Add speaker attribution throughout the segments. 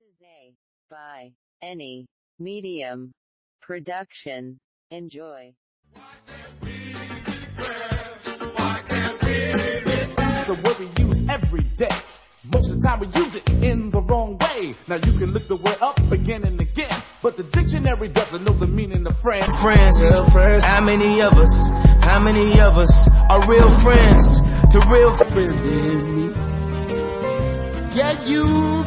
Speaker 1: is a by any medium production. Enjoy.
Speaker 2: the word we use every day. Most of the time we use it in the wrong way. Now you can look the word up again and again, but the dictionary doesn't know the meaning of friend.
Speaker 3: friends. How many of us? How many of us are real friends to real friends?
Speaker 4: Yeah, you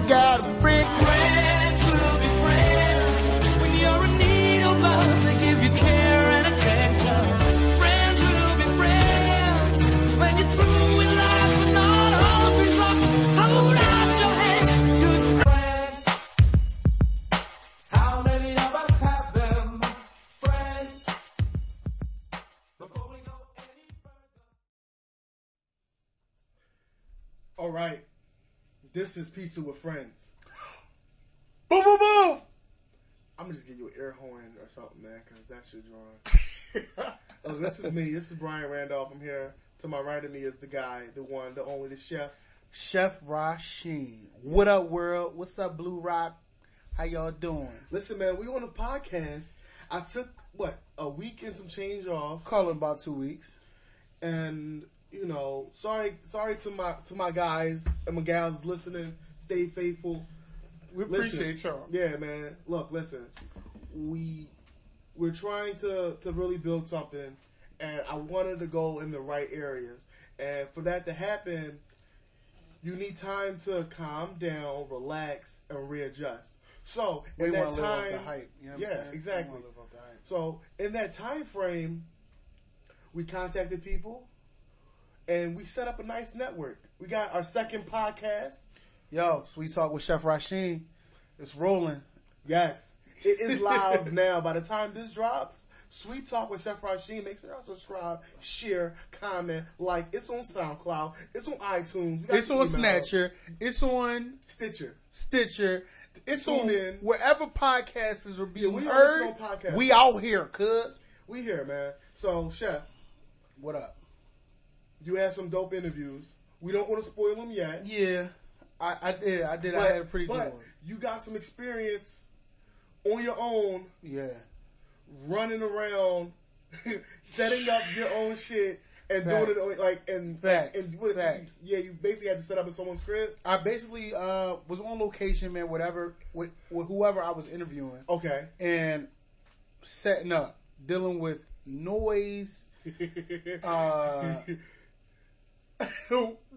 Speaker 4: got a brick.
Speaker 3: Friends will be friends when you're in need of love. They give you care and attention. Friends will be friends when you're through with life and all hope is lost. Hold out your hand, 'cause friends.
Speaker 2: How many of us have them? Friends. Before we go any further.
Speaker 5: All right. This is Pizza with Friends.
Speaker 6: Boom, boom, boom.
Speaker 5: I'm gonna just give you an ear horn or something, man, because that's your drawing. Look, this is me. This is Brian Randolph. I'm here. To my right of me is the guy, the one, the only, the chef.
Speaker 6: Chef Rashid. What up, world? What's up, Blue Rock? How y'all doing?
Speaker 5: Listen, man, we on a podcast. I took what a week and some change off,
Speaker 6: Call in about two weeks.
Speaker 5: and you know, sorry, sorry to my to my guys and my gals listening. Stay faithful.
Speaker 6: We
Speaker 5: Listen,
Speaker 6: appreciate y'all.
Speaker 5: Yeah, man. Look, listen. We we're trying to to really build something, and I wanted to go in the right areas. And for that to happen, you need time to calm down, relax, and readjust. So
Speaker 6: We
Speaker 5: in that
Speaker 6: want
Speaker 5: time,
Speaker 6: to live off the hype. You know what I'm
Speaker 5: yeah,
Speaker 6: saying? We
Speaker 5: exactly.
Speaker 6: want to live off the hype.
Speaker 5: So in that time frame, we contacted people, and we set up a nice network. We got our second podcast.
Speaker 6: Yo, Sweet Talk with Chef Rashid. It's rolling.
Speaker 5: Yes. It is live now. By the time this drops, Sweet Talk with Chef Rasheen. Make sure y'all subscribe, share, comment, like. It's on SoundCloud. It's on iTunes. We got
Speaker 6: It's
Speaker 5: the
Speaker 6: on
Speaker 5: email.
Speaker 6: Snatcher. It's on
Speaker 5: Stitcher.
Speaker 6: Stitcher. It's
Speaker 5: Tune
Speaker 6: on
Speaker 5: in.
Speaker 6: wherever podcasts are being
Speaker 5: we on
Speaker 6: heard.
Speaker 5: this on podcast.
Speaker 6: We out here, cuz.
Speaker 5: We here, man. So, Chef,
Speaker 6: What up?
Speaker 5: you had some dope interviews. We don't want to spoil them yet.
Speaker 6: Yeah, I, I did. I did.
Speaker 5: But,
Speaker 6: I had a pretty good
Speaker 5: but
Speaker 6: one.
Speaker 5: you got some experience on your own
Speaker 6: Yeah.
Speaker 5: running around, setting up your own shit. And
Speaker 6: Facts.
Speaker 5: doing it on- like and
Speaker 6: Facts.
Speaker 5: and what-
Speaker 6: Facts.
Speaker 5: yeah, you basically had to set up in someone's crib.
Speaker 6: I basically uh, was on location, man, whatever, with, with whoever I was interviewing,
Speaker 5: Okay,
Speaker 6: and setting up, dealing with noise, uh,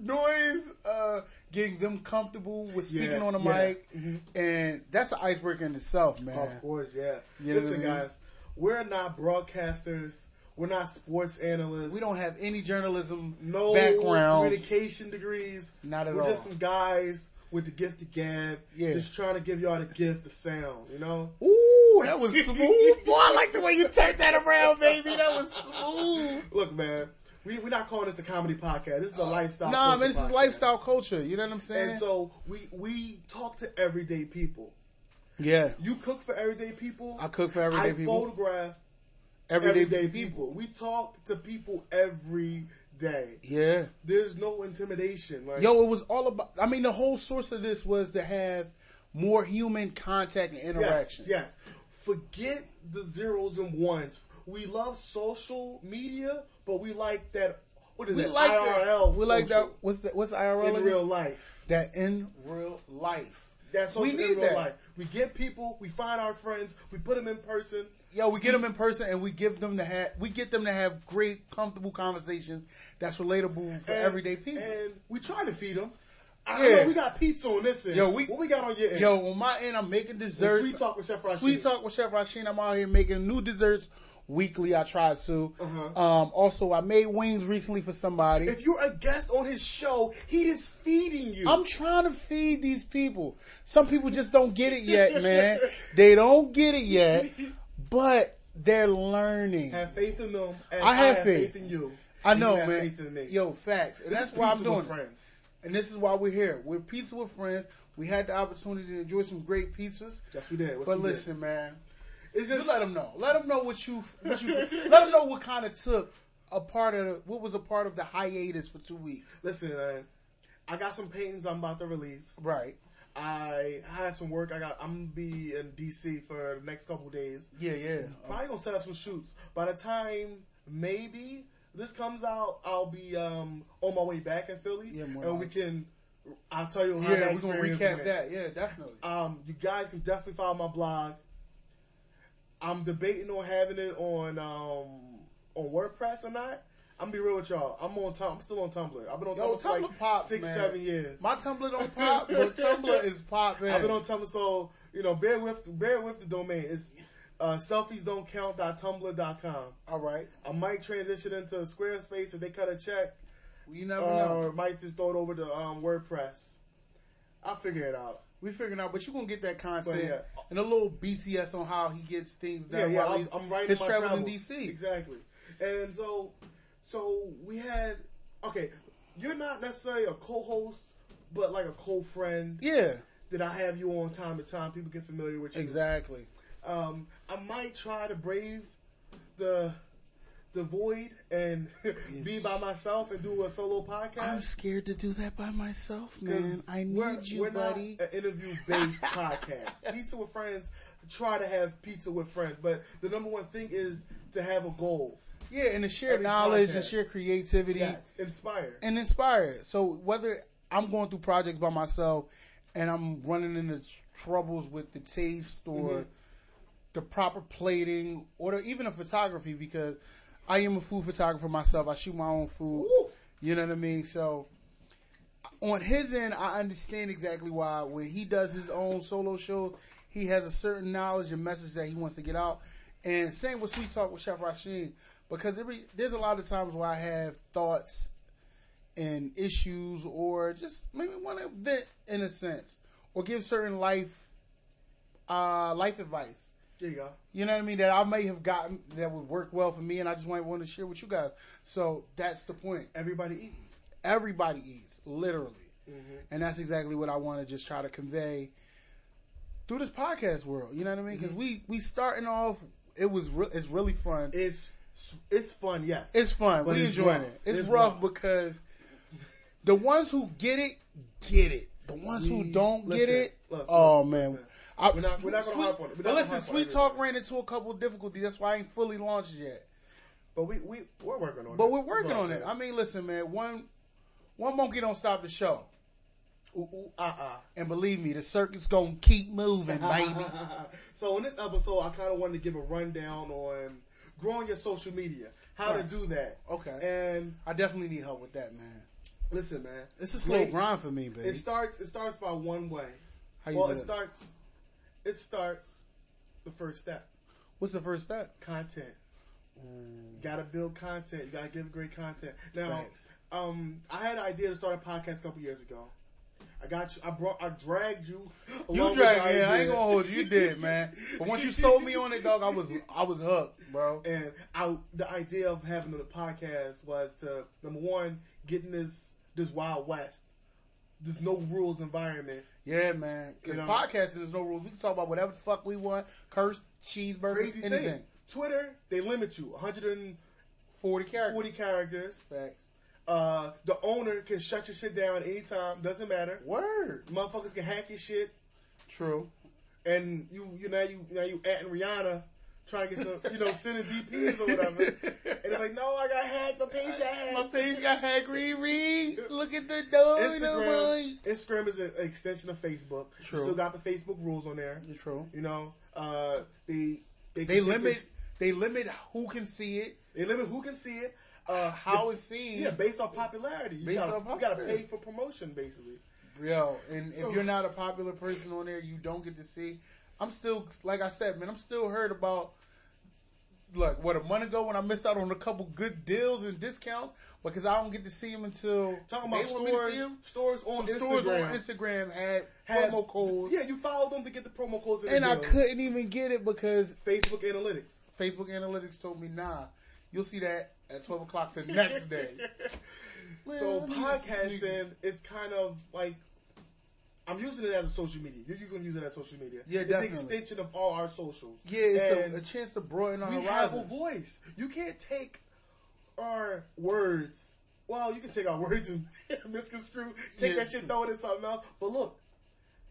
Speaker 6: noise, uh, getting them comfortable with speaking
Speaker 5: Yeah,
Speaker 6: on the
Speaker 5: yeah. Mm-hmm.
Speaker 6: mic, and that's an icebreaker in itself, man.
Speaker 5: Of course, yeah.
Speaker 6: You know
Speaker 5: Listen,
Speaker 6: what I mean?
Speaker 5: guys, we're not broadcasters. We're not sports analysts.
Speaker 6: We don't have any journalism
Speaker 5: no
Speaker 6: backgrounds.
Speaker 5: communication degrees.
Speaker 6: Not at
Speaker 5: we're
Speaker 6: all.
Speaker 5: just some guys with the gift of gab.
Speaker 6: Yeah.
Speaker 5: Just trying to give y'all the gift of sound. You know.
Speaker 6: Ooh, that was smooth. Boy, I like the way you turned that around, baby. That was smooth.
Speaker 5: Look, man, we we're not calling this a comedy podcast. This is a lifestyle.
Speaker 6: Uh, Nah,
Speaker 5: culture
Speaker 6: man, this is
Speaker 5: podcast.
Speaker 6: lifestyle culture. You know what I'm saying?
Speaker 5: And so we we talk to everyday people.
Speaker 6: yeah,
Speaker 5: You cook for everyday people.
Speaker 6: I cook for everyday
Speaker 5: I
Speaker 6: people.
Speaker 5: photograph
Speaker 6: everyday, people.
Speaker 5: people. We talk to people every day.
Speaker 6: Yeah.
Speaker 5: There's no intimidation. Like,
Speaker 6: Yo, it was all about. I mean, the whole source of this was to have more human contact and
Speaker 5: yes,
Speaker 6: interaction.
Speaker 5: yes. Forget the zeros and ones. We love social media, but we like that. What is
Speaker 6: We
Speaker 5: that?
Speaker 6: like
Speaker 5: IRL
Speaker 6: that. We like that.
Speaker 5: social
Speaker 6: What's that? What's IRL
Speaker 5: in
Speaker 6: again?
Speaker 5: real life.
Speaker 6: That in real life.
Speaker 5: That's
Speaker 6: We
Speaker 5: social
Speaker 6: need
Speaker 5: in real
Speaker 6: that.
Speaker 5: life. We get people. We find our friends. We put them in person.
Speaker 6: Yo, we get them in person and we give them to have. We get them to have great, comfortable conversations that's relatable for
Speaker 5: and-
Speaker 6: everyday people.
Speaker 5: and we try to feed them. I don't
Speaker 6: Yeah.
Speaker 5: know, we got pizza on this end.
Speaker 6: Yo, we-
Speaker 5: what we got on your end?
Speaker 6: Yo, on my end, I'm making desserts.
Speaker 5: Sweet Talk with Chef Rashid.
Speaker 6: Sweet Talk with Chef Rashid. I'm out here making new desserts weekly. I try to.
Speaker 5: Uh-huh.
Speaker 6: Um, also, I made wings recently for somebody.
Speaker 5: if you're a guest on his show, he is feeding you.
Speaker 6: I'm trying to feed these people. Some people just don't get it yet, man. they don't get it yet, but they're learning.
Speaker 5: Have faith in them. And
Speaker 6: I have faith.
Speaker 5: in you.
Speaker 6: I
Speaker 5: and you
Speaker 6: know,
Speaker 5: have
Speaker 6: man.
Speaker 5: Faith in me.
Speaker 6: Yo, facts. And
Speaker 5: This
Speaker 6: that's
Speaker 5: is
Speaker 6: why I'm
Speaker 5: Pizza with
Speaker 6: doing it.
Speaker 5: friends.
Speaker 6: And this is why we're here. We're pizza with friends. We had the opportunity to enjoy some great pizzas.
Speaker 5: Yes, we did. Yes,
Speaker 6: but
Speaker 5: we did.
Speaker 6: listen, man,
Speaker 5: It's
Speaker 6: just
Speaker 5: just
Speaker 6: let them know. Let them know what you. What you let them know what kind of took a part of the, what was a part of the hiatus for two weeks.
Speaker 5: listen. Man, I got some paintings I'm about to release.
Speaker 6: Right.
Speaker 5: I I have some work. I got. I'm gonna be in DC for the next couple days.
Speaker 6: Yeah, yeah.
Speaker 5: Probably gonna set up some shoots. By the time maybe this comes out, I'll be um, on my way back in Philly,
Speaker 6: Yeah, more
Speaker 5: and we
Speaker 6: like-
Speaker 5: can. I'll tell you how
Speaker 6: Yeah,
Speaker 5: that
Speaker 6: we're gonna
Speaker 5: experience
Speaker 6: recap
Speaker 5: went.
Speaker 6: that. Yeah, definitely.
Speaker 5: Um, you guys can definitely follow my blog. I'm debating on having it on um, on WordPress or not. I'm gonna be real with y'all. I'm on Tum- I'm still on Tumblr. I've been on
Speaker 6: Yo,
Speaker 5: Tumblr for
Speaker 6: Tumblr
Speaker 5: like
Speaker 6: pop,
Speaker 5: six,
Speaker 6: man.
Speaker 5: seven years.
Speaker 6: My Tumblr don't pop, but Tumblr is popping.
Speaker 5: I've been on Tumblr, so you know, bear with bear with the domain. It's uh, selfies don't count.tumblr.com.
Speaker 6: All right,
Speaker 5: I might transition into Squarespace if they cut a check,
Speaker 6: we never
Speaker 5: Um,
Speaker 6: know.
Speaker 5: or might just throw it over to um, WordPress. I'll figure it out.
Speaker 6: We figuring out, but you gonna get that concept
Speaker 5: But, yeah.
Speaker 6: and a little BTS on how he gets things
Speaker 5: Yeah,
Speaker 6: done.
Speaker 5: yeah,
Speaker 6: while
Speaker 5: I'm,
Speaker 6: he's-
Speaker 5: I'm writing
Speaker 6: his
Speaker 5: my
Speaker 6: travels
Speaker 5: travels
Speaker 6: in DC.
Speaker 5: exactly. And so, so we had okay. You're not necessarily a co-host, but like a co-friend
Speaker 6: Yeah,
Speaker 5: that I have you on time to time. People get familiar with you.
Speaker 6: exactly.
Speaker 5: Um, I might try to brave the the void and be by myself and do a solo
Speaker 6: I'm
Speaker 5: podcast.
Speaker 6: scared to do that by myself,
Speaker 5: 'cause
Speaker 6: man. I need
Speaker 5: we're-
Speaker 6: you,
Speaker 5: we're not
Speaker 6: buddy.
Speaker 5: an interview-based podcast. Pizza with friends. Try to have pizza with friends, but the number one thing is to have a goal.
Speaker 6: yeah, and to share
Speaker 5: every
Speaker 6: knowledge and
Speaker 5: podcast.
Speaker 6: share creativity
Speaker 5: Yes, inspire.
Speaker 6: and inspire. So whether I'm going through projects by myself and I'm running into troubles with the taste or the proper plating or the, even the photography because I am a food photographer myself. I shoot my own food.
Speaker 5: Woo!
Speaker 6: You know what I mean? So on his end, I understand exactly why when he does his own solo shows, he has a certain knowledge and message that he wants to get out. And same with Sweet Talk with Chef Rasheen, because every there's a lot of times where I have thoughts and issues, or just maybe want to vent in a sense, or give certain life, uh, life advice.
Speaker 5: There you go.
Speaker 6: You know what I mean? That I may have gotten that would work well for me, and I just might want to share with you guys. So that's the point
Speaker 5: Everybody eats.
Speaker 6: everybody eats, literally.
Speaker 5: Mm-hmm.
Speaker 6: And that's exactly what I want to just try to convey through this podcast world. You know what I mean?
Speaker 5: Mm-hmm.
Speaker 6: Because we we starting off, it was re- it's really fun.
Speaker 5: It's it's fun, yes.
Speaker 6: it's fun.
Speaker 5: But
Speaker 6: we
Speaker 5: it's
Speaker 6: enjoying
Speaker 5: rough.
Speaker 6: it. It's,
Speaker 5: It's
Speaker 6: rough,
Speaker 5: rough.
Speaker 6: because the ones who get it get it. The ones who
Speaker 5: We-
Speaker 6: don't get
Speaker 5: listen,
Speaker 6: it,
Speaker 5: listen,
Speaker 6: oh
Speaker 5: listen,
Speaker 6: man.
Speaker 5: listen.
Speaker 6: I-
Speaker 5: We're not- we're not gonna
Speaker 6: Sweet-
Speaker 5: harp on it. We're not
Speaker 6: but
Speaker 5: gonna
Speaker 6: listen,
Speaker 5: harp on
Speaker 6: Sweet Talk
Speaker 5: everything.
Speaker 6: ran into a couple of difficulties. That's why I ain't fully launched yet.
Speaker 5: but we we we're working on it.
Speaker 6: But we're working
Speaker 5: It's all
Speaker 6: on it.
Speaker 5: good.
Speaker 6: I mean, listen, man. One one monkey don't stop the show.
Speaker 5: Ooh, ooh, ah,
Speaker 6: And believe me, the circuit's gonna keep moving, baby.
Speaker 5: ah. So in this episode, I kind of wanted to give a rundown on growing your social media, how to
Speaker 6: Right.
Speaker 5: do that.
Speaker 6: Okay.
Speaker 5: And
Speaker 6: I definitely need help with that, man.
Speaker 5: listen, man,
Speaker 6: It's a slow
Speaker 5: Great.
Speaker 6: grind for me, baby.
Speaker 5: It starts. It starts by one way.
Speaker 6: How you
Speaker 5: well,
Speaker 6: do
Speaker 5: it
Speaker 6: that?
Speaker 5: starts. It starts. The first step,
Speaker 6: What's the first step?
Speaker 5: content. Gotta build content. You gotta give great content. Now,
Speaker 6: Facts.
Speaker 5: um, I had an idea to start a podcast a couple years ago. I got you. I brought. I dragged you. along
Speaker 6: You
Speaker 5: with
Speaker 6: dragged
Speaker 5: the
Speaker 6: me. in. I
Speaker 5: idea.
Speaker 6: ain't gonna hold you. You did, man. But once you sold me on it, dog, I was I was hooked, bro.
Speaker 5: And I, the idea of having a podcast was to number one, getting this this wild west, this no rules environment.
Speaker 6: Yeah, man. Because
Speaker 5: You know-
Speaker 6: podcasting there's no rules. We can talk about whatever the fuck we want. Curse, cheeseburgers,
Speaker 5: Crazy
Speaker 6: anything.
Speaker 5: thing. Twitter, they limit you 140
Speaker 6: Forty characters.
Speaker 5: characters.
Speaker 6: facts.
Speaker 5: Uh, the owner can shut your shit down anytime. Doesn't matter.
Speaker 6: Word.
Speaker 5: Motherfuckers can hack your shit,
Speaker 6: True.
Speaker 5: and you you now you now you at Rihanna trying to get some you know sending DPs or whatever. And it's like, no, I got hacked. My page got hacked.
Speaker 6: My page got hacked. Read, look at the door.
Speaker 5: Instagram, Instagram is an extension of Facebook.
Speaker 6: True.
Speaker 5: Still got the Facebook rules on there.
Speaker 6: True.
Speaker 5: You know, uh, they they,
Speaker 6: They
Speaker 5: can take
Speaker 6: limit.
Speaker 5: this-
Speaker 6: They limit who can see it,
Speaker 5: they limit who can see it, uh,
Speaker 6: how it's seen.
Speaker 5: yeah, based on popularity. You
Speaker 6: Based
Speaker 5: gotta,
Speaker 6: on
Speaker 5: you gotta
Speaker 6: popularity.
Speaker 5: pay for promotion basically.
Speaker 6: Yo, and
Speaker 5: So-
Speaker 6: if you're not a popular person on there, you don't get to see. I'm still, like I said, man, I'm still hurt about. Look, what a month ago when I missed out on a couple good deals and discounts because I don't get to see them until
Speaker 5: Talking about
Speaker 6: they want me to
Speaker 5: stores,
Speaker 6: see 'em?
Speaker 5: stores on
Speaker 6: Stores
Speaker 5: Instagram.
Speaker 6: on Instagram had,
Speaker 5: Had-
Speaker 6: promo codes,
Speaker 5: Yeah, you follow them to get the promo codes. in the
Speaker 6: and I
Speaker 5: deal.
Speaker 6: couldn't even get it because
Speaker 5: Facebook analytics.
Speaker 6: Facebook analytics told me, nah, you'll see that at 12 o'clock the next day.
Speaker 5: So
Speaker 6: Well, let me just-
Speaker 5: podcasting, it's kind of like I'm using it as a social media. You're, you're gonna use it as social media.
Speaker 6: Yeah,
Speaker 5: it's an
Speaker 6: definitely.
Speaker 5: extension of all our socials.
Speaker 6: Yeah, it's
Speaker 5: And
Speaker 6: a, a chance to broaden our
Speaker 5: we have a
Speaker 6: horizons.
Speaker 5: voice. You can't take our words. Well, you can take our words and misconstrue, take
Speaker 6: Yeah.
Speaker 5: that shit, throw it in something else. But look,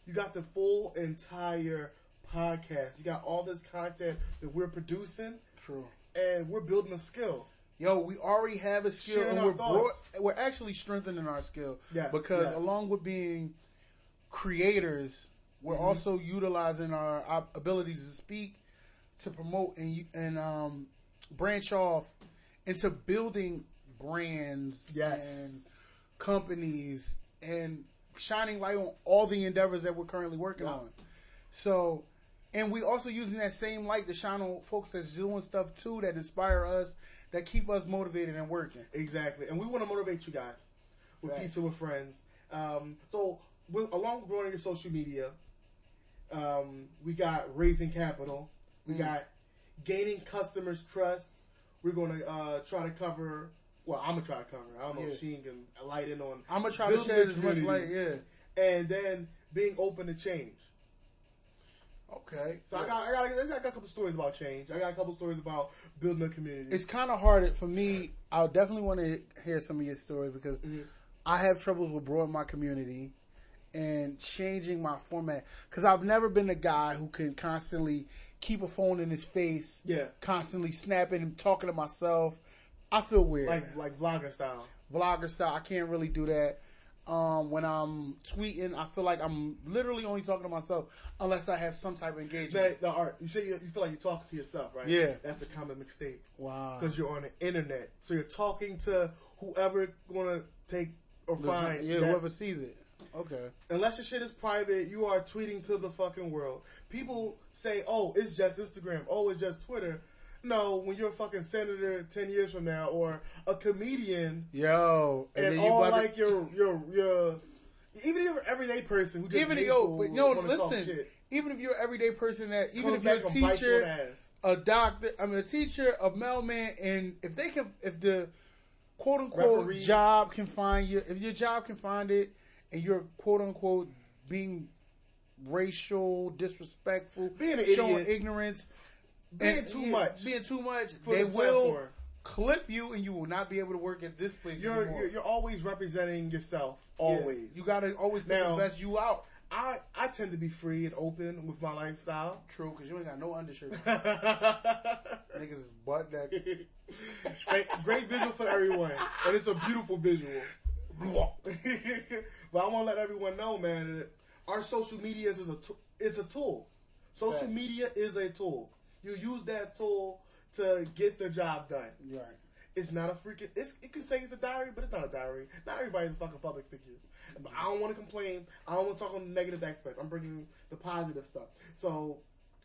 Speaker 5: You got the full entire podcast. You got all this content that we're producing,
Speaker 6: True.
Speaker 5: and we're building a skill.
Speaker 6: Yo, we already have a skill,
Speaker 5: Sharing
Speaker 6: and
Speaker 5: our
Speaker 6: we're bro-
Speaker 5: thoughts.
Speaker 6: we're actually strengthening our skill.
Speaker 5: Yes,
Speaker 6: because
Speaker 5: yes.
Speaker 6: along with being creators, we're
Speaker 5: Mm-hmm.
Speaker 6: also utilizing our, our abilities to speak, to promote, and you- and um, branch off into building brands
Speaker 5: Yes.
Speaker 6: and companies and shining light on all the endeavors that we're currently working
Speaker 5: Yeah.
Speaker 6: on. So, and we also using that same light to shine on folks that's doing stuff too that inspire us, that keep us motivated and working.
Speaker 5: Exactly. And we want to motivate you guys with
Speaker 6: Facts.
Speaker 5: pizza with friends. Um, so, with, along with growing your social media, um, we got raising capital. We
Speaker 6: Mm.
Speaker 5: got gaining customers' trust. We're going to uh, try to cover. Well, I'm gonna try to cover. I don't know
Speaker 6: Yeah.
Speaker 5: if Sheen can light in on.
Speaker 6: I'm gonna try to
Speaker 5: building
Speaker 6: shed
Speaker 5: the
Speaker 6: as much light.
Speaker 5: community.
Speaker 6: Yeah.
Speaker 5: And then being open to change.
Speaker 6: Okay.
Speaker 5: So I got, I got, I got a couple stories about change. I got a couple stories about building a community.
Speaker 6: It's kind of hard for me. I'll definitely want to hear some of your stories because
Speaker 5: Mm-hmm.
Speaker 6: I have troubles with growing my community and changing my format because I've never been a guy who can constantly keep a phone in his face.
Speaker 5: Yeah.
Speaker 6: Constantly snapping and talking to myself. I feel weird.
Speaker 5: like like vlogger style.
Speaker 6: vlogger style. I can't really do that. Um, when I'm tweeting, I feel like I'm literally only talking to myself unless I have some type of engagement.
Speaker 5: That, the art. You say you, you feel like you're talking to yourself, right?
Speaker 6: Yeah.
Speaker 5: That's a common mistake.
Speaker 6: Wow.
Speaker 5: Because you're on the internet, so you're talking to whoever gonna take or find.
Speaker 6: yeah,
Speaker 5: that-
Speaker 6: whoever sees it. Okay.
Speaker 5: Unless your shit is private, you are tweeting to the fucking world. People say, "Oh, it's just Instagram. Oh, it's just Twitter." No, when you're a fucking senator ten years from now, or a comedian,
Speaker 6: Yo,
Speaker 5: and,
Speaker 6: then
Speaker 5: all
Speaker 6: about to-
Speaker 5: like your your your. Even your everyday person who just
Speaker 6: even if
Speaker 5: hates
Speaker 6: yo,
Speaker 5: who
Speaker 6: but yo,
Speaker 5: wanna talk
Speaker 6: listen.
Speaker 5: shit,
Speaker 6: Even if you're an everyday person that, even if
Speaker 5: comes
Speaker 6: you're
Speaker 5: back
Speaker 6: a
Speaker 5: and bites your
Speaker 6: teacher,
Speaker 5: ass.
Speaker 6: a doctor, I mean a teacher, a mailman, and if they can, if the quote unquote
Speaker 5: Referee.
Speaker 6: job can find you, if your job can find it, and you're quote unquote being racial, disrespectful,
Speaker 5: Being an
Speaker 6: showing
Speaker 5: idiot.
Speaker 6: ignorance,
Speaker 5: Being
Speaker 6: and-
Speaker 5: too
Speaker 6: yeah,
Speaker 5: much.
Speaker 6: being too much,
Speaker 5: For
Speaker 6: they
Speaker 5: the
Speaker 6: will
Speaker 5: platform.
Speaker 6: clip you, and you will not be able to work at this place
Speaker 5: you're,
Speaker 6: anymore.
Speaker 5: you're you're always representing yourself.
Speaker 6: Yeah.
Speaker 5: Always.
Speaker 6: you gotta always put the
Speaker 5: Now-
Speaker 6: best you out.
Speaker 5: I I tend to be free and open with my lifestyle.
Speaker 6: True, because you ain't got no undershirt.
Speaker 5: Hey,
Speaker 6: Niggas is butt naked.
Speaker 5: great visual for everyone, and it's a beautiful visual. but I want to let everyone know, man, that our social media is a t- is a tool. Social
Speaker 6: Right.
Speaker 5: media is a tool. You use that tool to get the job done.
Speaker 6: Right.
Speaker 5: It's not a freaking. It's, it can say it's a diary, but it's not a diary. Not everybody's fucking public figures. But I don't want to complain. I don't want to talk on the negative aspects. I'm bringing the positive stuff. So,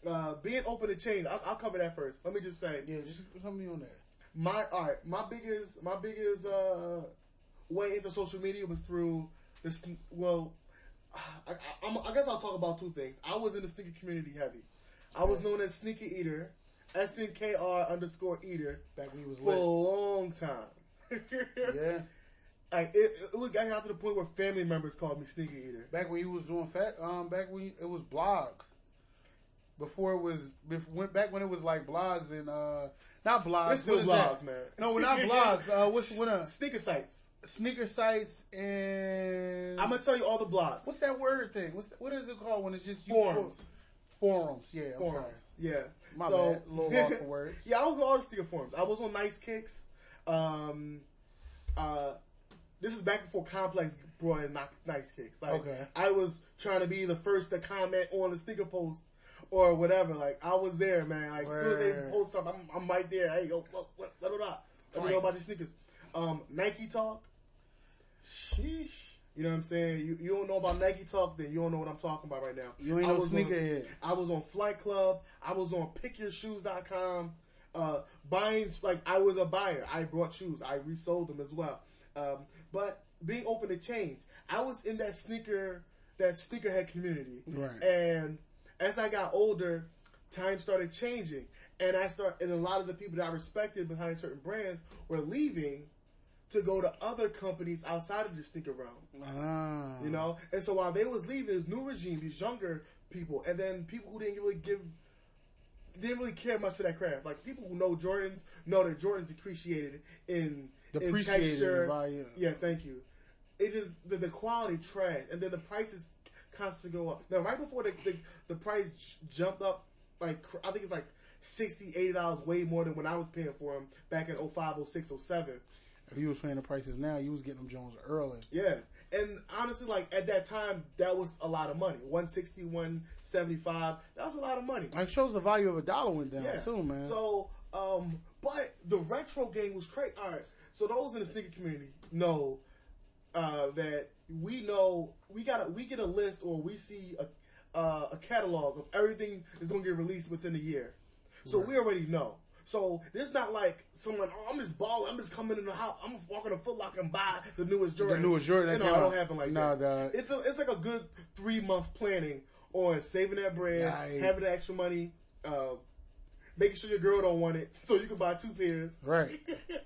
Speaker 5: uh, being open to change, I'll, I'll cover that first. Let me just say,
Speaker 6: Yeah, just put something on there.
Speaker 5: my all right, my biggest, my biggest uh, way into social media was through this. Well, I, I, I'm, I guess I'll talk about two things. I was in the sneaker community heavy. I was known as Sneaker Eater, S N K R underscore Eater
Speaker 6: Back when he was
Speaker 5: for a
Speaker 6: lit.
Speaker 5: long time.
Speaker 6: Yeah.
Speaker 5: Like it, it was I got to the point where family members called me sneaker eater.
Speaker 6: Back when you was doing fat. Um. Back when you- it was blogs. Before it was, bef- when, back when it was like blogs and uh, not blogs.
Speaker 5: It's still
Speaker 6: what is that?
Speaker 5: blogs, man.
Speaker 6: No, not blogs. Uh, what's what uh,
Speaker 5: Sneaker sites.
Speaker 6: sneaker sites and
Speaker 5: I'm gonna tell you all the blogs.
Speaker 6: what's that word thing? What's that, what is it called when it's just you-
Speaker 5: Forums.
Speaker 6: Forums. Yeah. I'm
Speaker 5: forums? Yeah,
Speaker 6: My bad. A little lost for words.
Speaker 5: yeah, I was on all the sneaker forums. I was on Nice Kicks. Um, uh, this is back before Complex brought in Ni- Nice Kicks. Like
Speaker 6: Okay.
Speaker 5: I was trying to be the first to comment on the sneaker post. Or whatever, like I was there, man. Like as soon as they
Speaker 6: Word.
Speaker 5: post something, I'm, I'm right there. Hey, yo, what, what, what, up? Let me know about your sneakers. Um, Nike talk.
Speaker 6: Sorry. Sheesh.
Speaker 5: You know what I'm saying? You, you don't know about Nike Talk, then you don't know what I'm talking about right now.
Speaker 6: You ain't no
Speaker 5: was on-
Speaker 6: sneakerhead.
Speaker 5: I was on Flight Club. I was on PickYourShoes.com. Uh, buying like I was a buyer. I brought shoes. I resold them as well. Um, but being open to change, I was in that sneaker that sneakerhead community.
Speaker 6: Right.
Speaker 5: And as I got older, time started changing, and I start and a lot of the people that I respected behind certain brands were leaving to go to other companies outside of the sneaker realm.
Speaker 6: Ah.
Speaker 5: You know, and so while they was leaving, this new regime, these younger people, and then people who didn't really give, didn't really care much for that craft. Like people who know Jordans know that Jordans depreciated in in
Speaker 6: Depreciated in
Speaker 5: texture.
Speaker 6: value.
Speaker 5: Yeah, thank you. It just the, the quality trash, and then the prices constantly go up. Now, right before the the, the price j- jumped up, like cr- I think it's like sixty, eighty dollars, way more than when I was paying for them back in 05, 06, 07.
Speaker 6: If you was paying the prices now, you was getting them Jones early.
Speaker 5: Yeah. And honestly, like at that time, that was a lot of money. 160, 175, that was a lot of money.
Speaker 6: Like shows the value of a dollar went down
Speaker 5: Yeah.
Speaker 6: too, man.
Speaker 5: So, um, but the retro game was crazy. All right. So those in the sneaker community know uh, that we know we got to we get a list or we see a uh, a catalog of everything is going to get released within a year. So we already know. So this not like someone. Oh, I'm just balling. I'm just coming in the house. I'm walking a Foot Locker and buy the newest Jordan.
Speaker 6: newest Jordan that
Speaker 5: You know,
Speaker 6: came
Speaker 5: it don't
Speaker 6: out.
Speaker 5: happen like
Speaker 6: Nah,
Speaker 5: that.
Speaker 6: dawg.
Speaker 5: It's a, it's like a good three month planning on saving that bread,
Speaker 6: Right.
Speaker 5: having the extra money, uh, making sure your girl don't want it, so you can buy two pairs.
Speaker 6: right.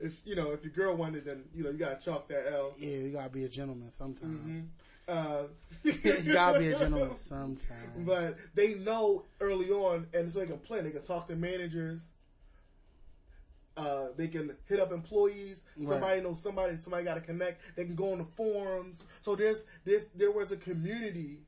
Speaker 5: If you know, if your girl wanted, then you know you gotta chalk that L.
Speaker 6: Yeah, you gotta be a gentleman sometimes.
Speaker 5: Uh,
Speaker 6: you gotta be a gentleman sometimes.
Speaker 5: but they know early on, and so they can plan. They can talk to managers. Uh, they can hit up employees. Somebody knows somebody. Somebody got to connect. They can go on the forums. So there's this. There was a community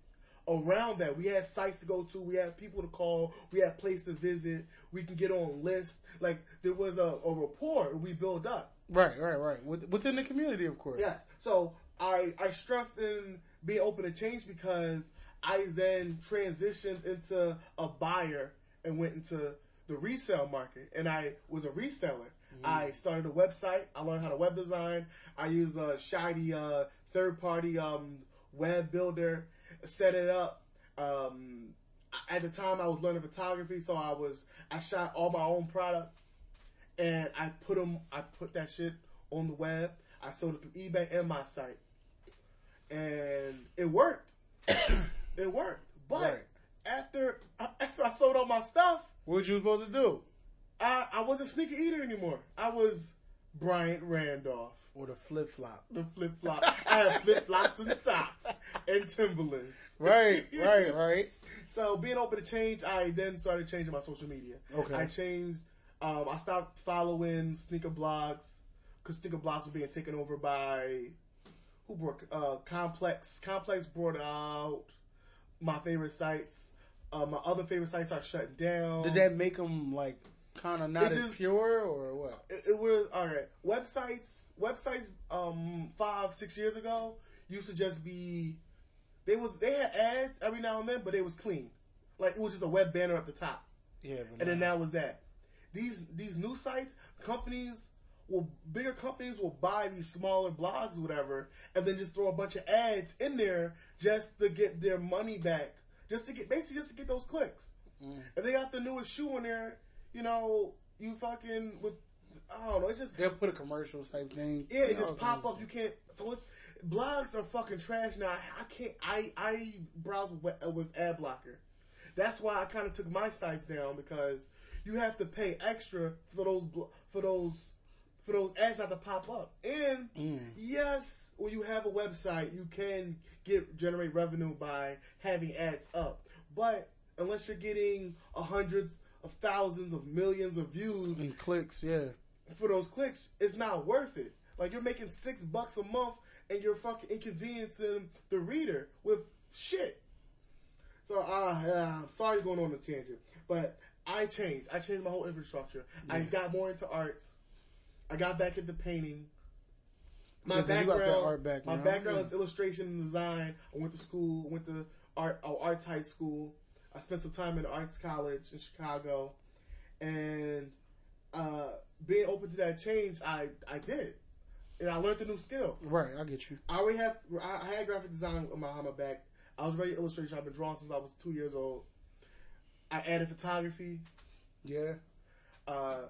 Speaker 5: around that. We had sites to go to. We had people to call. We had place to visit. We can get on lists. Like there was a, a rapport we build up.
Speaker 6: right, right, right. With, within the community, of course.
Speaker 5: Yes. So I I strengthen being open to change because I then transitioned into a buyer and went into the resale market, and I was a reseller. I started a website. I learned how to web design. I use a shiny uh, third party um, web builder, set it up. Um, at the time, I was learning photography, so I was I shot all my own product and I put 'em- I put that shit on the web. I sold it through eBay and my site, and it worked. it worked, but
Speaker 6: Right.
Speaker 5: after after I sold all my stuff,
Speaker 6: What you supposed to do?
Speaker 5: I I wasn't sneaker eater anymore. I was Bryant Randolph,
Speaker 6: With a flip flop.
Speaker 5: the flip flop. I had flip flops and socks and Timberlands.
Speaker 6: Right, right, right.
Speaker 5: So being open to change, I then started changing my social media.
Speaker 6: Okay.
Speaker 5: I changed. Um, I stopped following sneaker blogs because sneaker blogs were being taken over by who brought uh, Complex. Complex brought out my favorite sites. Uh, my other favorite sites are shutting down.
Speaker 6: Did that make them like kind of not as
Speaker 5: It just-
Speaker 6: pure or what?
Speaker 5: it, it was all right. Websites, websites, um, five six years ago used to just be they was they had ads every now and then, but they was clean. Like it was just a web banner at the top,
Speaker 6: Yeah, but
Speaker 5: and
Speaker 6: nah.
Speaker 5: then that was that. These these new sites, companies will bigger companies will buy these smaller blogs, whatever, and then just throw a bunch of ads in there just to get their money back, just to get basically just to get those clicks. And they got the newest shoe in there, you know, you fucking with I don't know, it's just
Speaker 6: they'll put a commercial type thing. oh,
Speaker 5: yeah, it
Speaker 6: All
Speaker 5: just pop
Speaker 6: kinds of
Speaker 5: up. You can't. So it's blogs are fucking trash now. I, I can't. I I browse with, uh, with ad blocker. That's why I kind of took my sites down because you have to pay extra for those blo- for those for those ads not to pop up. And yes, when you have a website, you can get generate revenue by having ads up. But unless you're getting a hundreds of thousands of millions of views,
Speaker 6: and clicks. Yeah,
Speaker 5: for those clicks, it's not worth it. Like you're making six bucks a month and you're fucking inconveniencing the reader with shit. So uh, yeah, I'm sorry going on a tangent, but I changed. I changed my whole infrastructure. I got more into arts. I got back into painting. My
Speaker 6: Yeah, 'cause you got that
Speaker 5: background,
Speaker 6: art background,
Speaker 5: my background
Speaker 6: yeah.
Speaker 5: is illustration and design. I went to school, went to art, oh, arts high school. I spent some time in arts college in Chicago, and uh, being open to that change, I I did, and I learned a new skill.
Speaker 6: right. I get you.
Speaker 5: I already have I I had graphic design on my, on my back. I was ready to illustration. I've been drawing since I was two years old. I added photography.
Speaker 6: Yeah,
Speaker 5: Uh,